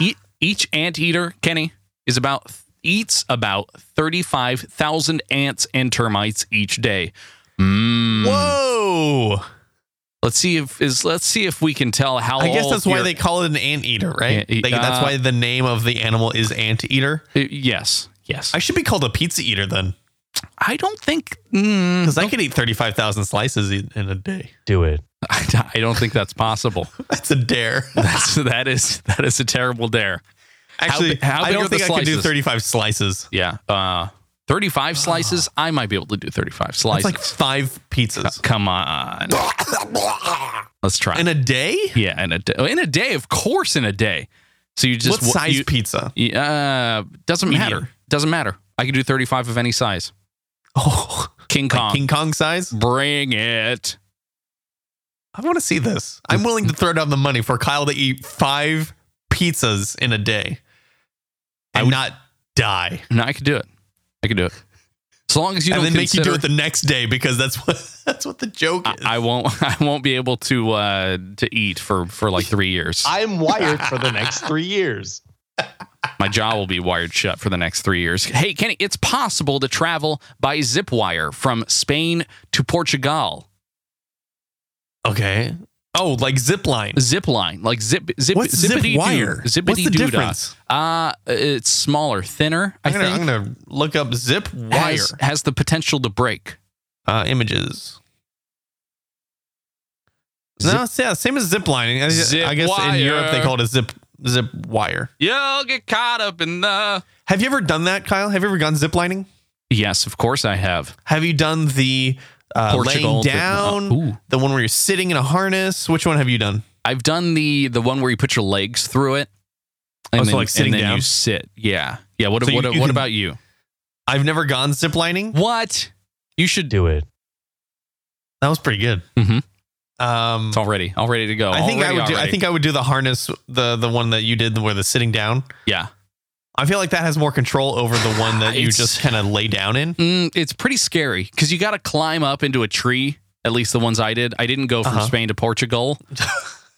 e- each anteater, Kenny, is about eats about thirty-five thousand ants and termites each day. Mm.
whoa!
Let's see if is let's see if we can tell how.
I guess
old
that's why
your-
they call it an anteater, right?
Yeah, e-
Like, that's
uh,
why the name of the animal is anteater.
Uh, yes, yes.
I should be called a pizza eater then,
I don't think. Mm,
because I could eat thirty five thousand slices in in a day.
Do it.
I don't think that's possible.
That's a dare.
That's that is that is a terrible dare.
Actually,
bi- how
I
big
don't
are the
think I could do
slices?
thirty five slices.
Yeah. Uh, 35 slices. I might be able to do 35
It's
slices.
like five pizzas
Come on. Let's try.
in a day.
yeah, in a day. In a day, of course, in a day. So you just
what size
you-
pizza?
you- Uh, doesn't
Medium.
matter. Doesn't matter. I can do 35 of any size.
Oh,
King Kong.
King Kong size.
Bring it.
I want to see this. I'm willing to throw down the money for Kyle to eat five pizzas in a day and not die,
No, I could do it. I could do it. As long as you
and
don't
then make you
consider-
do it the next day because that's what that's what the joke is.
I, I won't. I won't be able to uh, to eat for for like three years.
I'm wired for the next three years.
My jaw will be wired shut for the next three years. Hey, Kenny, it's possible to travel by zip wire from Spain to Portugal.
okay. Oh, like zip line.
Zip line, like zip, zip,
What's zip
zippity-doo,
wire? What's the
zippity-doo-dah.
difference?
Uh, it's smaller, thinner. I
I'm gonna,
think
I'm gonna look up zip wire
has, has the potential to break.
uh, images.
Zip-
no, it's- yeah, same as zip lining. I,
Zip
I guess in Europe they
wire.
call it a zip zip wire.
You'll get caught up in the.
Have you ever done that, Kyle? Have you ever gone zip lining?
Yes, of course I have.
Have you done the uh,
Portugal
laying
to-
down?
uh, ooh.
the one where you're sitting in a harness. Which one have you done?
I've done the the one where you put your legs through it, and
Oh, so,
then
like, sitting
and then
down?
you sit. Yeah, yeah. What
So you-
what
you
what
can-
about you?
I've never gone zip lining.
What you should do?
it.
That was pretty good.
Mhm.
Um,
It's all ready, all ready to go.
I think I
Already,
would. Do, I
already.
think I would do the harness, the the one that you did where the sitting down.
Yeah.
I feel like that has more control over the one that you
It's-
just kind of lay down in.
Mm, it's pretty scary because you got to climb up into a tree. At least the ones I did. I didn't go from
Uh-huh.
Spain to Portugal,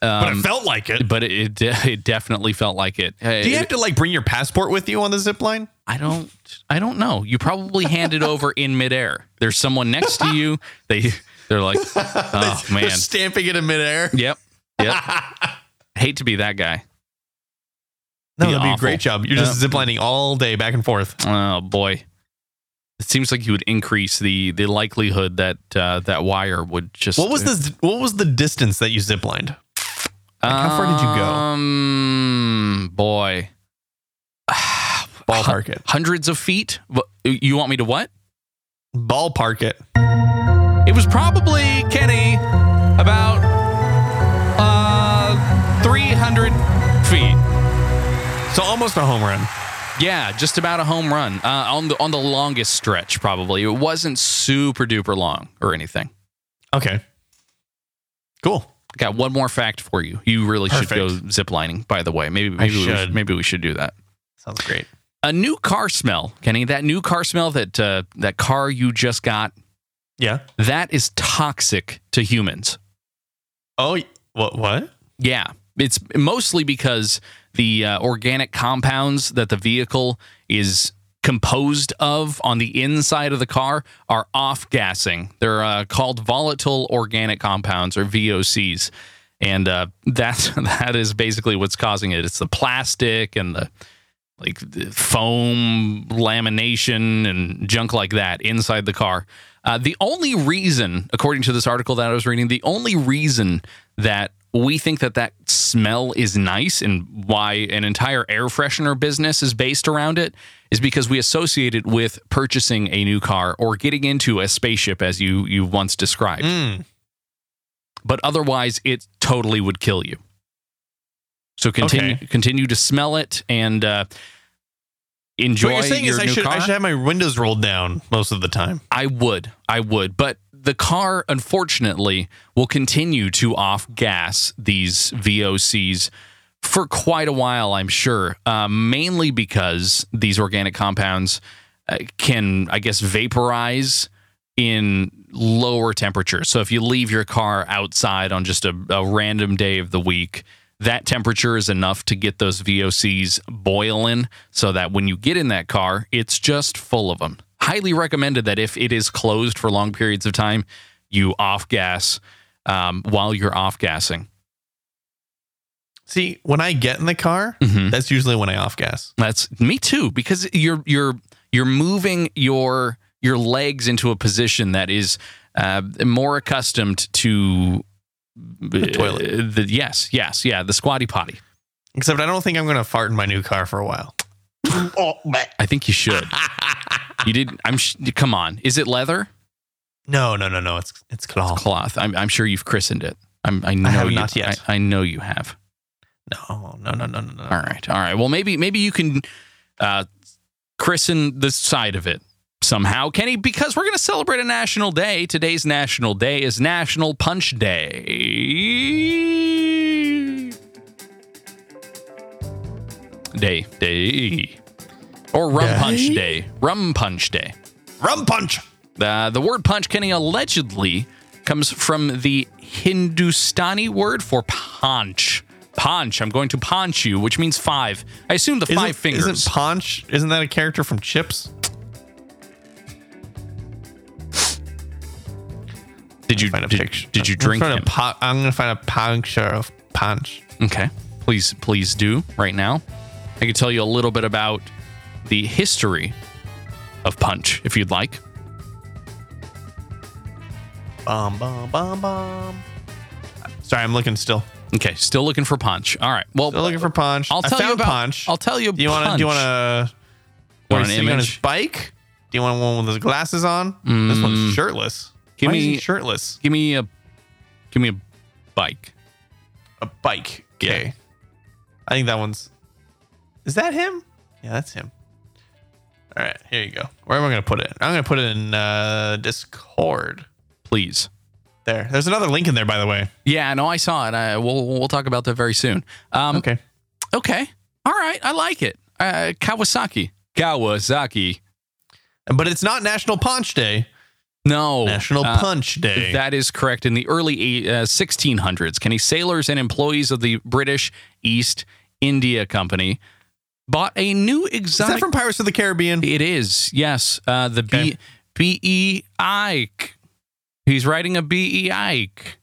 but it
um,
felt like it.
but it it, it definitely felt like it.
Do you have to like bring your passport with you on the zip line?
I don't. I don't know. You probably hand it over in midair. There's someone next to you. They they're like, oh
They're
man,
stamping it in midair.
yep, yep. Hate to be that guy.
No,
Be
that'd be a
awful.
great job. You're just
Yeah.
zip lining all day back and forth.
Oh boy. It seems like you would increase the the likelihood that uh, that wire would just.
What was the what was the distance that you ziplined? how far did you go?
Um, boy,
Ballpark it.
hundreds of feet. Wha- You want me to what?
Ballpark it.
It was probably Kenny about uh 300 feet.
So almost a home run.
Yeah, just about a home run uh, on the on the longest stretch. Probably it wasn't super duper long or anything.
Okay. Cool.
Got one more fact for you. You really should go
Perfect.
ziplining. By the way, maybe maybe we
should.
maybe we should do that.
Sounds great.
A new car smell, Kenny. That new car smell that uh, that car you just got
Yeah.
that is toxic to humans.
Oh, y- what? What?
Yeah, it's mostly because the uh, organic compounds that the vehicle is composed of on the inside of the car are off gassing. They're uh, called volatile organic compounds or VOCs. And uh, that's that is basically what's causing it. It's the plastic and the like the foam lamination and junk like that inside the car. Uh, the only reason, according to this article that I was reading, the only reason that we think that that smell is nice and why an entire air freshener business is based around it is because we associate it with purchasing a new car or getting into a spaceship, as you you once described.
Mm.
But otherwise, it totally would kill you. So continue continue to smell it and uh, enjoy
What you're saying
your
is I
new
should
car.
I should have my windows rolled down most of the time.
I would. I would. But the car, unfortunately, will continue to off gas these VOCs for quite a while, I'm sure, uh, mainly because these organic compounds uh, can, I guess, vaporize in lower temperatures. So if you leave your car outside on just a, a random day of the week, that temperature is enough to get those VOCs boiling so that when you get in that car, it's just full of them. Highly recommended that if it is closed for long periods of time, you off gas um, while you're off gassing.
See, when I get in the car,
Mhm.
that's usually when I off gas.
That's me too, because you're you're you're moving your your legs into a position that is uh, more accustomed to the
toilet.
the, yes, yes, yeah, the squatty potty.
Except I don't think I'm going to fart in my new car for a while.
Oh, man.
I think you should. you did. I'm. sh- Come on. Is it leather?
No, no, no, no. It's it's cloth.
Cloth. I'm, I'm sure you've christened it. I'm, I know
have
you,
not yet.
I, I know you have.
No, no, no, no, no, no.
All right. All right. Well, maybe maybe you can uh, christen the side of it somehow, Kenny, because we're going to celebrate a national day. Today's national day is National Punch Day. Day. Day. Or Rum Punch Day. Rum Punch Day.
Rum punch.
Uh, the word punch, Kenny, allegedly comes from the Hindustani word for punch. Punch. I'm going to punch you, which means five. I assume the
Isn't-
five fingers.
Isn't punch? Isn't that a character from Chips?
did you
Find a
did,
picture.
did you
I'm
drink
trying
him?
to po- I'm going to find a picture of punch.
Okay. Please, please do right now. I can tell you a little bit about the history of punch, if you'd like.
Bum bum bum bum. Sorry, I'm looking still.
Okay. Still looking for punch. All right. Well,
Still looking for punch.
I'll
I
tell you
found
about
punch.
I'll tell you.
do you want to? Do you want to?
Want an
on his
image?
bike? Do you want one with his glasses on? This one's shirtless.
Mm. Give
Why is he
me-
shirtless.
give me a give me a bike?
A bike. Okay. I think that one's. Is that him? Yeah, that's him. All right, here you go. Where am I going to put it? I'm going to put it in uh, Discord.
Please.
There. There's another link in there, by the way.
Yeah, no, I saw it. I, we'll we'll talk about that very soon. Um, okay.
Okay.
All right. I like it. Uh, Kawasaki. Kawasaki.
But it's not National Punch Day.
No.
National
Uh,
Punch Day.
That is correct. In the early uh, 1600s, Kenny sailors and employees of the British East India Company bought a new
is
exotic.
that from Pirates of the Caribbean?
it is. Yes. Uh, the
Okay.
B B E I. He's writing a B E Ike.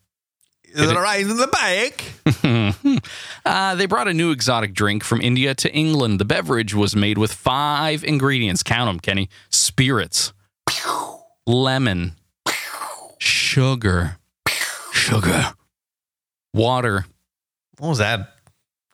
Is
it-
it a ride in the bike?
Hmm. uh, they brought a new exotic drink from India to England. The beverage was made with five ingredients. Count them, Kenny. Spirits, lemon, sugar, sugar, water.
What was that?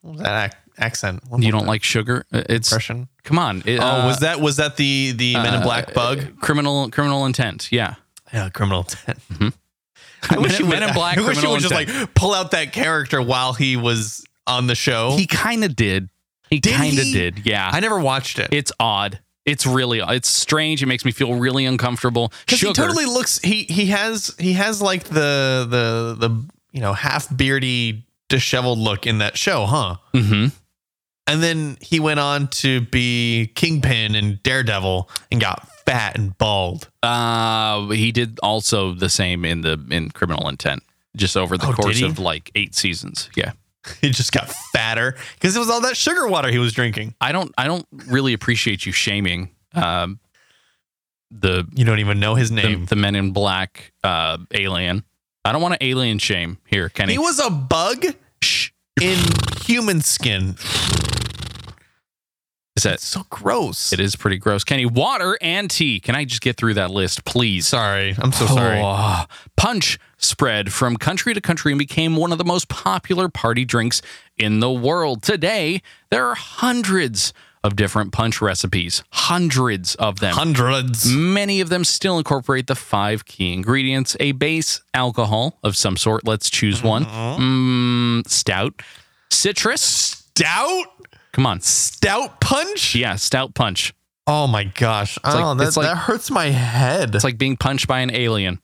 What was that ac- accent? What
You
was
don't
that
like sugar? Uh, It's
impression?
come on. It,
oh,
uh,
was that was that the the Men in
uh,
Black bug?
Criminal criminal intent. Yeah.
Yeah, criminal intent.
Mhm.
I wish
Men-
he would,
Men in Black
I wish he
criminal
would just
intent.
like pull out that character while he was on the show.
He kind of did. He
Did
kind of
"Oh." he?
did. Yeah.
I never watched it.
it's odd. It's really it's strange. It makes me feel really uncomfortable.
'Cause
Sugar.
he totally looks he he has he has like the the the you know half beardy disheveled look in that show, huh?
Mhm.
And then he went on to be Kingpin and Daredevil and got fat and bald.
Uh, he did also the same in the in Criminal Intent, just over the
Oh, did
course
he?
of like eight seasons. Yeah,
He just got fatter because it was all that sugar water he was drinking.
I don't I don't really appreciate you shaming um the
You don't even know his
the,
name.
the Men in Black uh alien. I don't want to alien shame here, Kenny.
he was a bug
Shh.
in human skin.
Is that-
It's so gross.
It is pretty gross, Kenny. Water and tea. Can I just get through that list, please?
Sorry, I'm so sorry.
Oh, punch spread from country to country and became one of the most popular party drinks in the world. Today, there are hundreds of different punch recipes, hundreds of them.
Hundreds.
Many of them still incorporate the five key ingredients a base alcohol of some sort. Let's choose one.
Uh-huh.
Mm, stout, citrus.
Stout?
Come on.
Stout punch?
Yeah, stout punch.
Oh my gosh.
like-
oh, that,
it's like-
that hurts my head.
It's like being punched by an alien.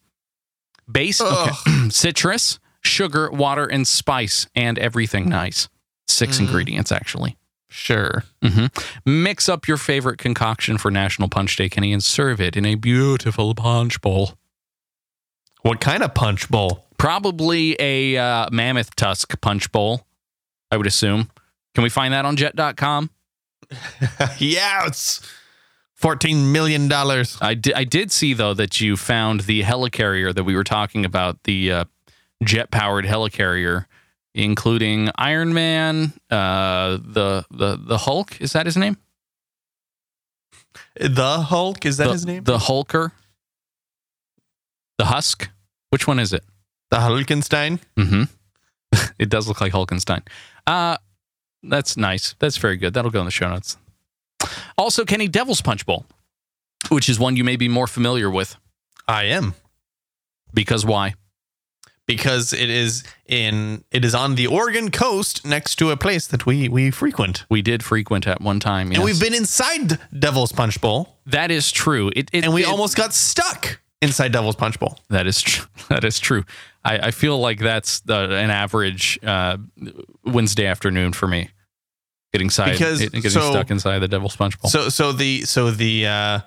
Base, okay. citrus, sugar, water, and spice, and everything nice. Six ingredients, actually.
sure.
hmm Mix up your favorite concoction for National Punch Day, Kenny, and serve it in a beautiful punch bowl.
What kind of punch bowl?
Probably a uh, mammoth tusk punch bowl, I would assume. Can we find that on jet.com?
yeah, it's $14 million.
I did, I did see though that you found the helicarrier that we were talking about, the uh, jet powered helicarrier, including Iron Man, uh, the the the Hulk. Is that his name?
The Hulk? Is that
the,
his name?
The Hulker. The Husk. Which one is it?
The Hulkenstein?
Mm-hmm. it does look like Hulkenstein. Uh, that's nice. That's very good. That'll go in the show notes. Also, Kenny Devil's Punch Bowl, which is one you may be more familiar with
I am.
because why?
Because it is in it is on the Oregon coast next to a place that we we frequent.
We did frequent at one time. Yes.
And we've been inside Devil's Punch Bowl
that is true. It, it-
and we
it-
almost got stuck inside Devil's Punch Bowl.
that is tr- that is true. I, I feel like that's the, an average uh, Wednesday afternoon for me. Getting side,
Because-
it- getting
so-
stuck inside the Devil's Punch Bowl.
So so the so the uh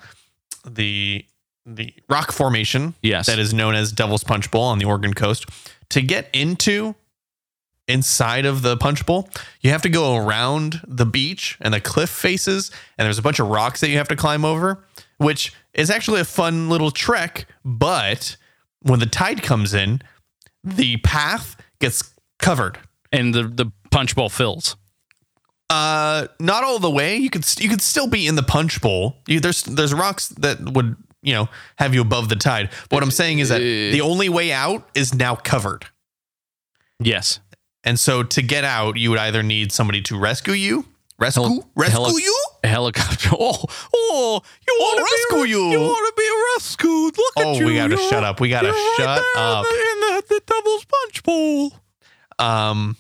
the the rock formation
yes,
that is known as Devil's Punch Bowl on the Oregon coast. To get into inside of the punch bowl, you have to go around the beach and the cliff faces, and there's a bunch of rocks that you have to climb over, which is actually a fun little trek. But when the tide comes in, the path gets covered.
and the the punch bowl fills.
Uh, not all the way. You could st- you could still be in the punch bowl. You, there's there's rocks that would you know have you above the tide. But what I'm saying is that
Uh,
the only way out is now covered.
Yes,
And so to get out, you would either need somebody to rescue you, rescue,
Heli-
rescue
heli-
you,
a helicopter. Oh, oh, you
Oh,
want to
rescue you.
You want to be rescued? Look
Oh,
at you!
we gotta
You're-
shut up. We gotta
you're right
shut
there
up.
in the, in the, the Devil's Punch Bowl.
um,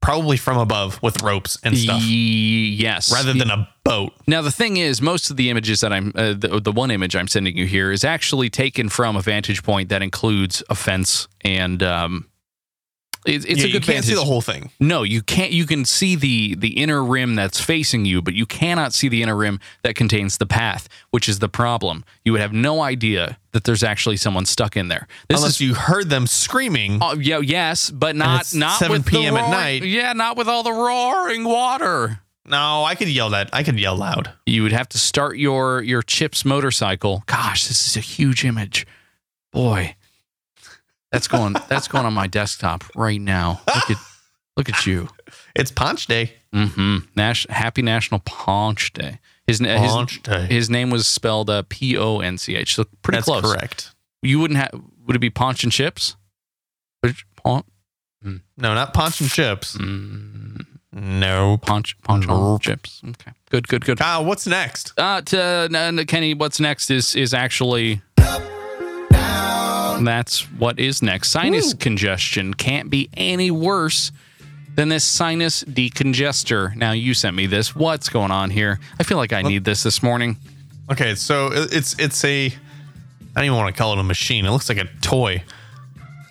probably from above with ropes and stuff,
Ye- yes,
rather than a boat.
Now the thing is, most of the images that I'm, uh, the, the one image I'm sending you here is actually taken from a vantage point that includes a fence, and um, it, it's
Yeah,
a
you
good
can't
vantage.
see the whole thing.
no, you can't. You can see the the inner rim that's facing you, but you cannot see the inner rim that contains the path, which is the problem. You would have no idea that there's actually someone stuck in there. This
Unless
is.
you heard them screaming.
Oh, yeah, yes, but not
it's
not
7
with the
p.m. at
roaring-
night.
Yeah, not with all the roaring water.
No, I could yell that. I could yell loud.
you would have to start your your chips motorcycle gosh this is a huge image boy that's going that's going on my desktop right now look at look at you
It's Punch Day.
mm-hmm Nash, happy national punch day His na- his,
Launch day.
his name was spelled uh, P O N C H. So pretty
That's
close.
correct.
You wouldn't have. Would it be paunch and chips? Which paunch?
No, not punch and chips.
Mm,
No.
paunch paunch on chips. Okay. Good. Good. Good.
Kyle, what's next?
Uh, to, no, no, Kenny, what's next is is actually. That's what is next. Sinus congestion can't be any worse than this sinus decongester. Now you sent me this. What's going on here? I feel like I need this this morning.
Okay, so it- it's it's a I don't even want to call it a machine. It looks like a toy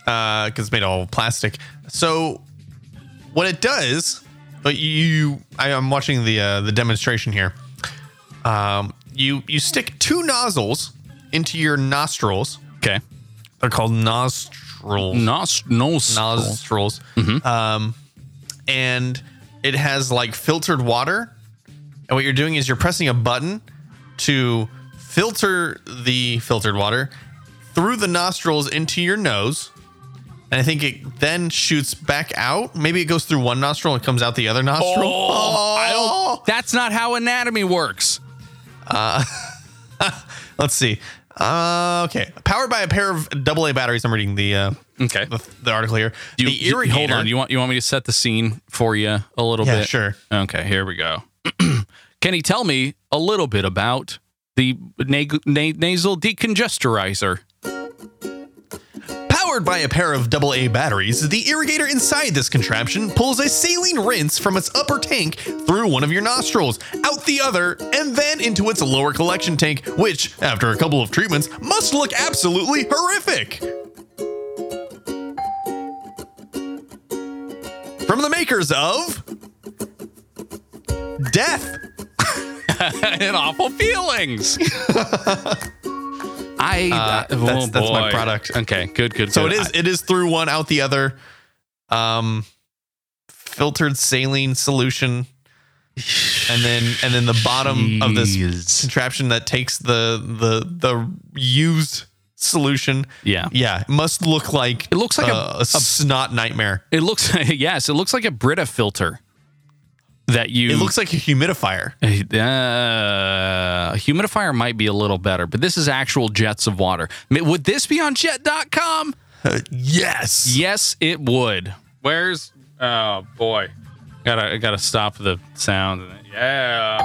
because it's made all of plastic. So what it does, but you, I, am watching the uh, the demonstration here. Um, you you stick two nozzles into your nostrils.
Okay.
They're called nostrils.
Nos nos.
nostrils.
Mm-hmm.
Um, and it has like filtered water. And what you're doing is you're pressing a button to filter the filtered water through the nostrils into your nose. And I think it then shoots back out. Maybe it goes through one nostril and comes out the other nostril. Oh.
That's not how anatomy works.
Let's see. Uh, okay. Powered by a pair of AA batteries. I'm reading the uh,
Okay.
the, the article here.
You,
the
you- hold
irrigator-
on. You want you want me to set the scene for you a little
Yeah,
bit?
sure.
Okay. Here we go. Can you tell me a little bit about the na- na- nasal decongesturizer?
Powered by a pair of AA batteries, the irrigator inside this contraption pulls a saline rinse from its upper tank through one of your nostrils, out the other, and then into its lower collection tank, which, after a couple of treatments, must look absolutely horrific. From the makers of Death.
and awful feelings. I
Uh,
oh,
that's- that's my
boy.
product.
Okay. Good. Good.
So it
good.
is it is through one out the other. Um filtered saline solution. And then and then the bottom of this contraption that takes the the the used solution.
Yeah.
Yeah, it must look like
It looks like a-
a, snot nightmare.
It looks. Yes. It looks like a Brita filter that you.
It looks like a humidifier.
Uh, humidifier might be a little better, but this is actual jets of water. I mean, Would this be on jet.com?
yes.
Yes, it would. Where's Oh boy. Got to got to stop the sound. Yeah.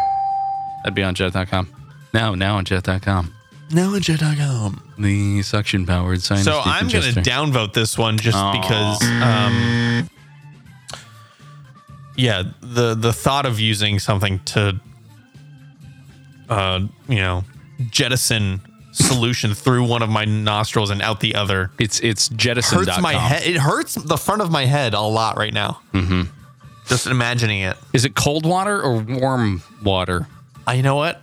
That'd be on jet.com. Now, now on jet.com.
Now a Jedi
The suction powered sinus
So I'm going to
decongester.
downvote this one just
Aw.
because. Um, yeah, the the thought of using something to, uh, you know, jettison solution through one of my nostrils and out the other
It's it's jettison.com.
hurts my head. It hurts the front of my head a lot right now. Mm-hmm. Just imagining it.
Is it cold water or warm water?
I, you know what?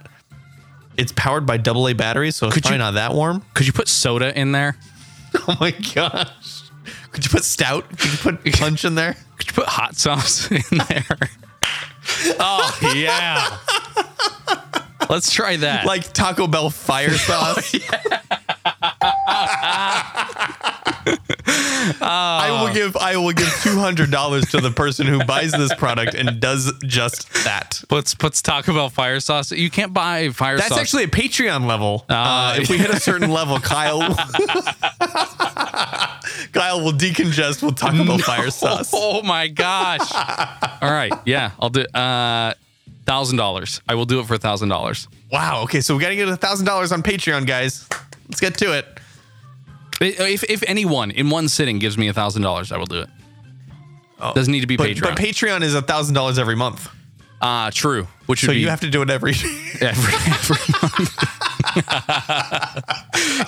It's powered by AA batteries, so it's
Could you-
probably not that warm.
Could you put soda in there?
Oh my gosh! Could you put stout? Could you put punch in there?
Could you put hot sauce in there? oh yeah. Let's try that.
like Taco Bell fire
Oh,
sauce. I
Oh.
will give I will give two hundred dollars to the person who buys this product and does just that.
puts puts Taco Bell fire sauce. You can't buy fire
That's
sauce.
actually a Patreon level.
Ah.
Uh, if we hit a certain level, Kyle Kyle will decongest with Taco Bell fire sauce.
Oh my gosh. All right. Yeah, I'll do uh thousand dollars. I will do it for thousand dollars.
Wow. Okay, so we got to get thousand dollars on Patreon, guys. Let's get to it.
If if anyone in one sitting gives me thousand dollars, I will do it. Doesn't need to be
Oh. But
Patreon.
but Patreon is thousand dollars every month,
Ah, true. Which would
so
be
you have to do it every.
every, every month.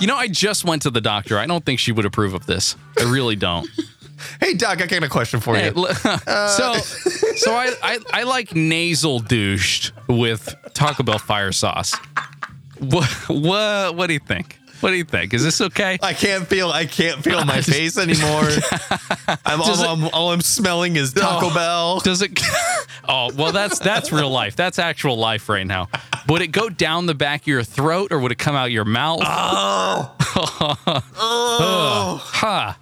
you know, I just went to the doctor. I don't think she would approve of this. I really don't.
hey, Doc, I got a question for
Hey,
you.
l- so,
Uh,
so I, I I like nasal douched with Taco Bell fire sauce. What what what do you think? What do you think? Is this okay?
I can't feel I can't feel my
Just-
face anymore. I'm, all,
Does it-
I'm all I'm smelling is Taco
Oh.
Bell.
Does it? Oh well, that's that's real life. That's actual life right now. Would it go down the back of your throat or would it come out your mouth?
Uh, Oh,
Huh.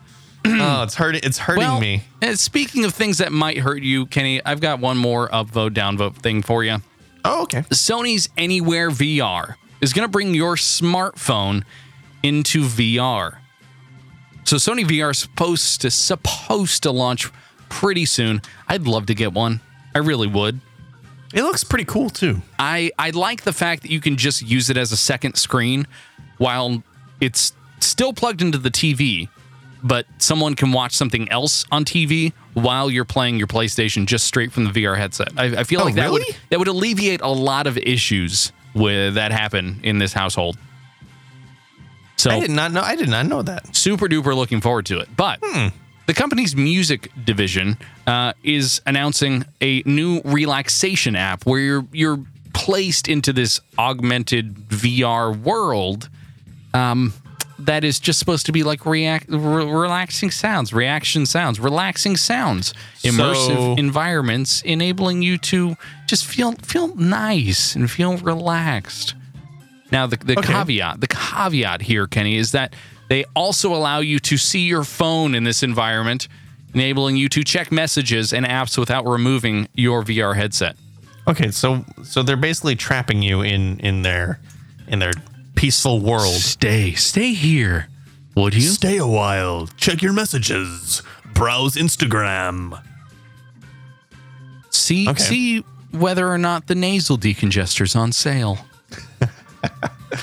oh it's hurting it's hurting
Well,
me.
and speaking of things that might hurt you, Kenny, I've got one more upvote downvote thing for you.
Oh, okay.
Sony's Anywhere VR is going to bring your smartphone into VR. So Sony VR is supposed to supposed to launch pretty soon. I'd love to get one. I really would.
It looks pretty cool too.
I I like the fact that you can just use it as a second screen while it's still plugged into the TV, but someone can watch something else on TV while you're playing your PlayStation just straight from the VR headset. I, I feel
Oh,
like that would
really?
that would alleviate a lot of issues with that happen in this household. So
I did not know. I did not know that.
super duper looking forward to it. But the company's music division uh, is announcing a new relaxation app where you're you're placed into this augmented VR world um, that is just supposed to be like react re- relaxing sounds, reaction sounds, relaxing sounds, immersive
So-
environments, enabling you to just feel feel nice and feel relaxed. Now the, the
Okay.
caveat, the caveat here, Kenny, is that they also allow you to see your phone in this environment, enabling you to check messages and apps without removing your VR headset.
Okay, so so they're basically trapping you in in their in their peaceful world.
Stay, stay here. Would you?
Stay a while. Check your messages. Browse Instagram.
See
Okay.
see whether or not the nasal decongestor's on sale.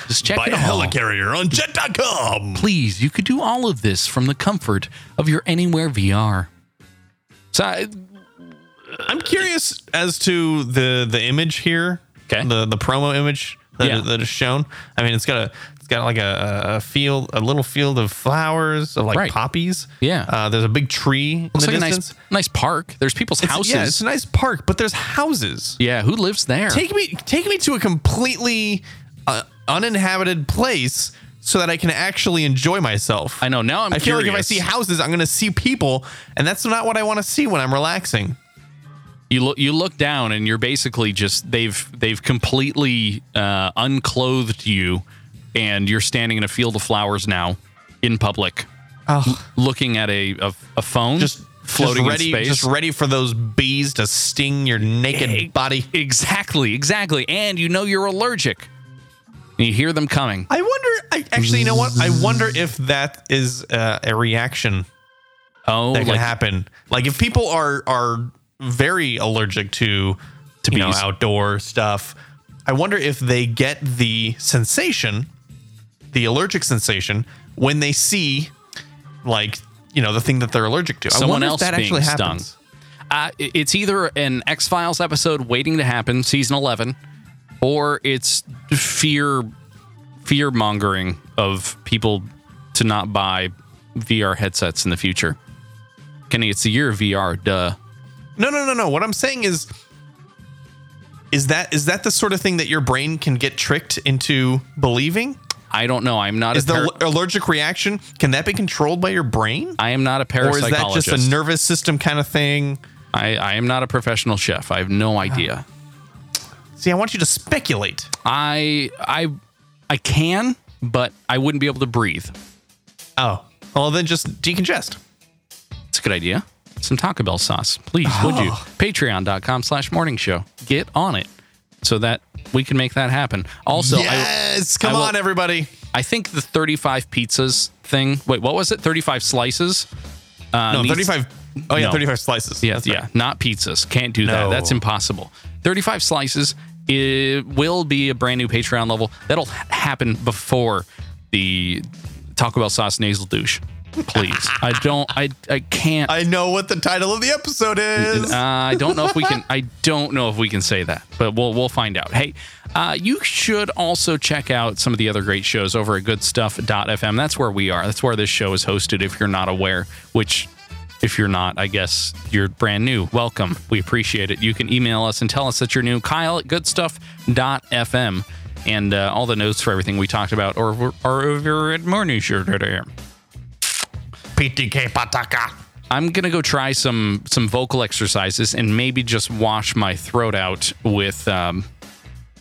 Just check it all.
on jet.com.
Please, you could do all of this from the comfort of your anywhere VR. So I-
I'm curious as to the the image here.
'Kay.
The the promo image that,
Yeah.
that is shown. I mean, it's got a it's got like a, a field, a little field of flowers, of like
Right.
poppies.
Yeah.
Uh, there's a big tree.
looks like
in the
a nice
distance.
nice park. There's people's
It's-
houses.
Yeah, it's a nice park, but there's houses.
Yeah, who lives there?
Take me take me to a completely uh, uninhabited place so that I can actually enjoy myself.
I know. Now I'm
I feel like if I
curious.
see houses, I'm going to see people, and that's not what I want to see when I'm relaxing.
you look you look down and you're basically just they've they've completely uh, unclothed you, and you're standing in a field of flowers now, in public,
Oh.
looking at a a, a phone
just
floating
just ready,
in space.
just ready for those bees to sting your naked body.
exactly, exactly, and you know you're allergic. And you hear them coming.
I wonder. I actually, you know what? I wonder if that is uh, a reaction
Oh,
that can
like
happen. Like if people are are very allergic to to you know,
bees.
outdoor stuff, I wonder if they get the sensation, the allergic sensation, when they see like you know the thing that they're allergic to. I
Someone
wonder
else
if that
being
actually
stung.
happens.
Uh, i- it's either an X Files episode waiting to happen, season eleven, or it's fear fear mongering of people to not buy VR headsets in the future. Kenny, it's the year of VR. Duh.
No, no, no, no. What I'm saying is, is that is that the sort of thing that your brain can get tricked into believing?
I don't know. I'm not.
Is
a par-
the al- allergic reaction can that be controlled by your brain,
I am not a
or is that
parapsychologist.
just a nervous system kind of thing?
I, I am not a professional chef. I have no idea.
Uh-huh. See, I want you to speculate.
I I I can, but I wouldn't be able to breathe.
Oh, well, then just decongest.
It's a good idea. Some Taco Bell sauce, please, would you?
Oh.
Patreon.com slash morning show. Get on it so that we can make that happen. Also,
yes, come
I will-
on, everybody.
I, I think the 35 pizzas thing, wait, what was it? 35 slices? Uh,
No,
needs-
35. Oh yeah,
No.
35 slices.
Yeah,
That's
yeah,
right.
not pizzas. Can't do that.
No.
That's impossible. 35 slices it will be a brand new Patreon level. That'll ha- happen before the Taco Bell sauce nasal douche. Please. I don't I I can't
I know what the title of the episode is.
uh, I don't know if we can. I don't know if we can say that, but we'll we'll find out. Hey, uh, you should also check out some of the other great shows over at GoodStuff.fm. That's where we are. That's where this show is hosted. If you're not aware, which if you're not, I guess you're brand new. Welcome. We appreciate it. You can email us and tell us that you're new. Kyle at GoodStuff.fm. And uh, all the notes for everything we talked about are, are over at morningshow.fm.
PTK Pataka.
I'm gonna go try some some vocal exercises and maybe just wash my throat out with um,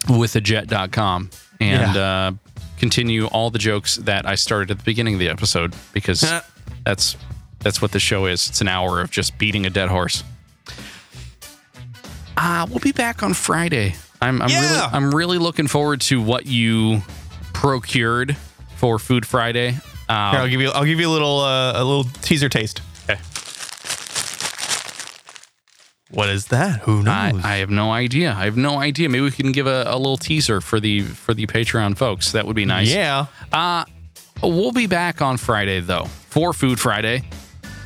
with a jet.com and uh, continue all the jokes that I started at the beginning of the episode because
Yeah.
that's that's what the show is. It's an hour of just beating a dead horse. Uh, we'll be back on Friday. I'm I'm really
Yeah.
I'm really looking forward to what you procured for Food Friday.
Here,
Uh,
I'll give you. I'll give you a little uh, a little teaser taste. Okay. What is that? Who
I,
knows?
I have no idea. I have no idea. Maybe we can give a, a little teaser for the for the Patreon folks. That would be nice.
yeah.
We'll be back on Friday though for Food Friday.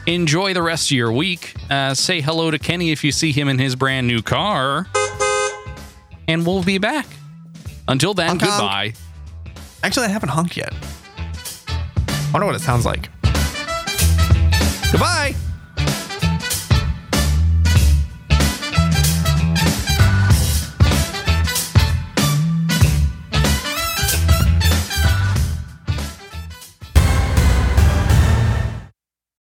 Enjoy the rest of your week. Uh, say hello to Kenny if you see him in his brand new car, and we'll be back. Until then,
Honk, honk.
goodbye.
Actually, I haven't honked yet. I wonder what it sounds like. Goodbye.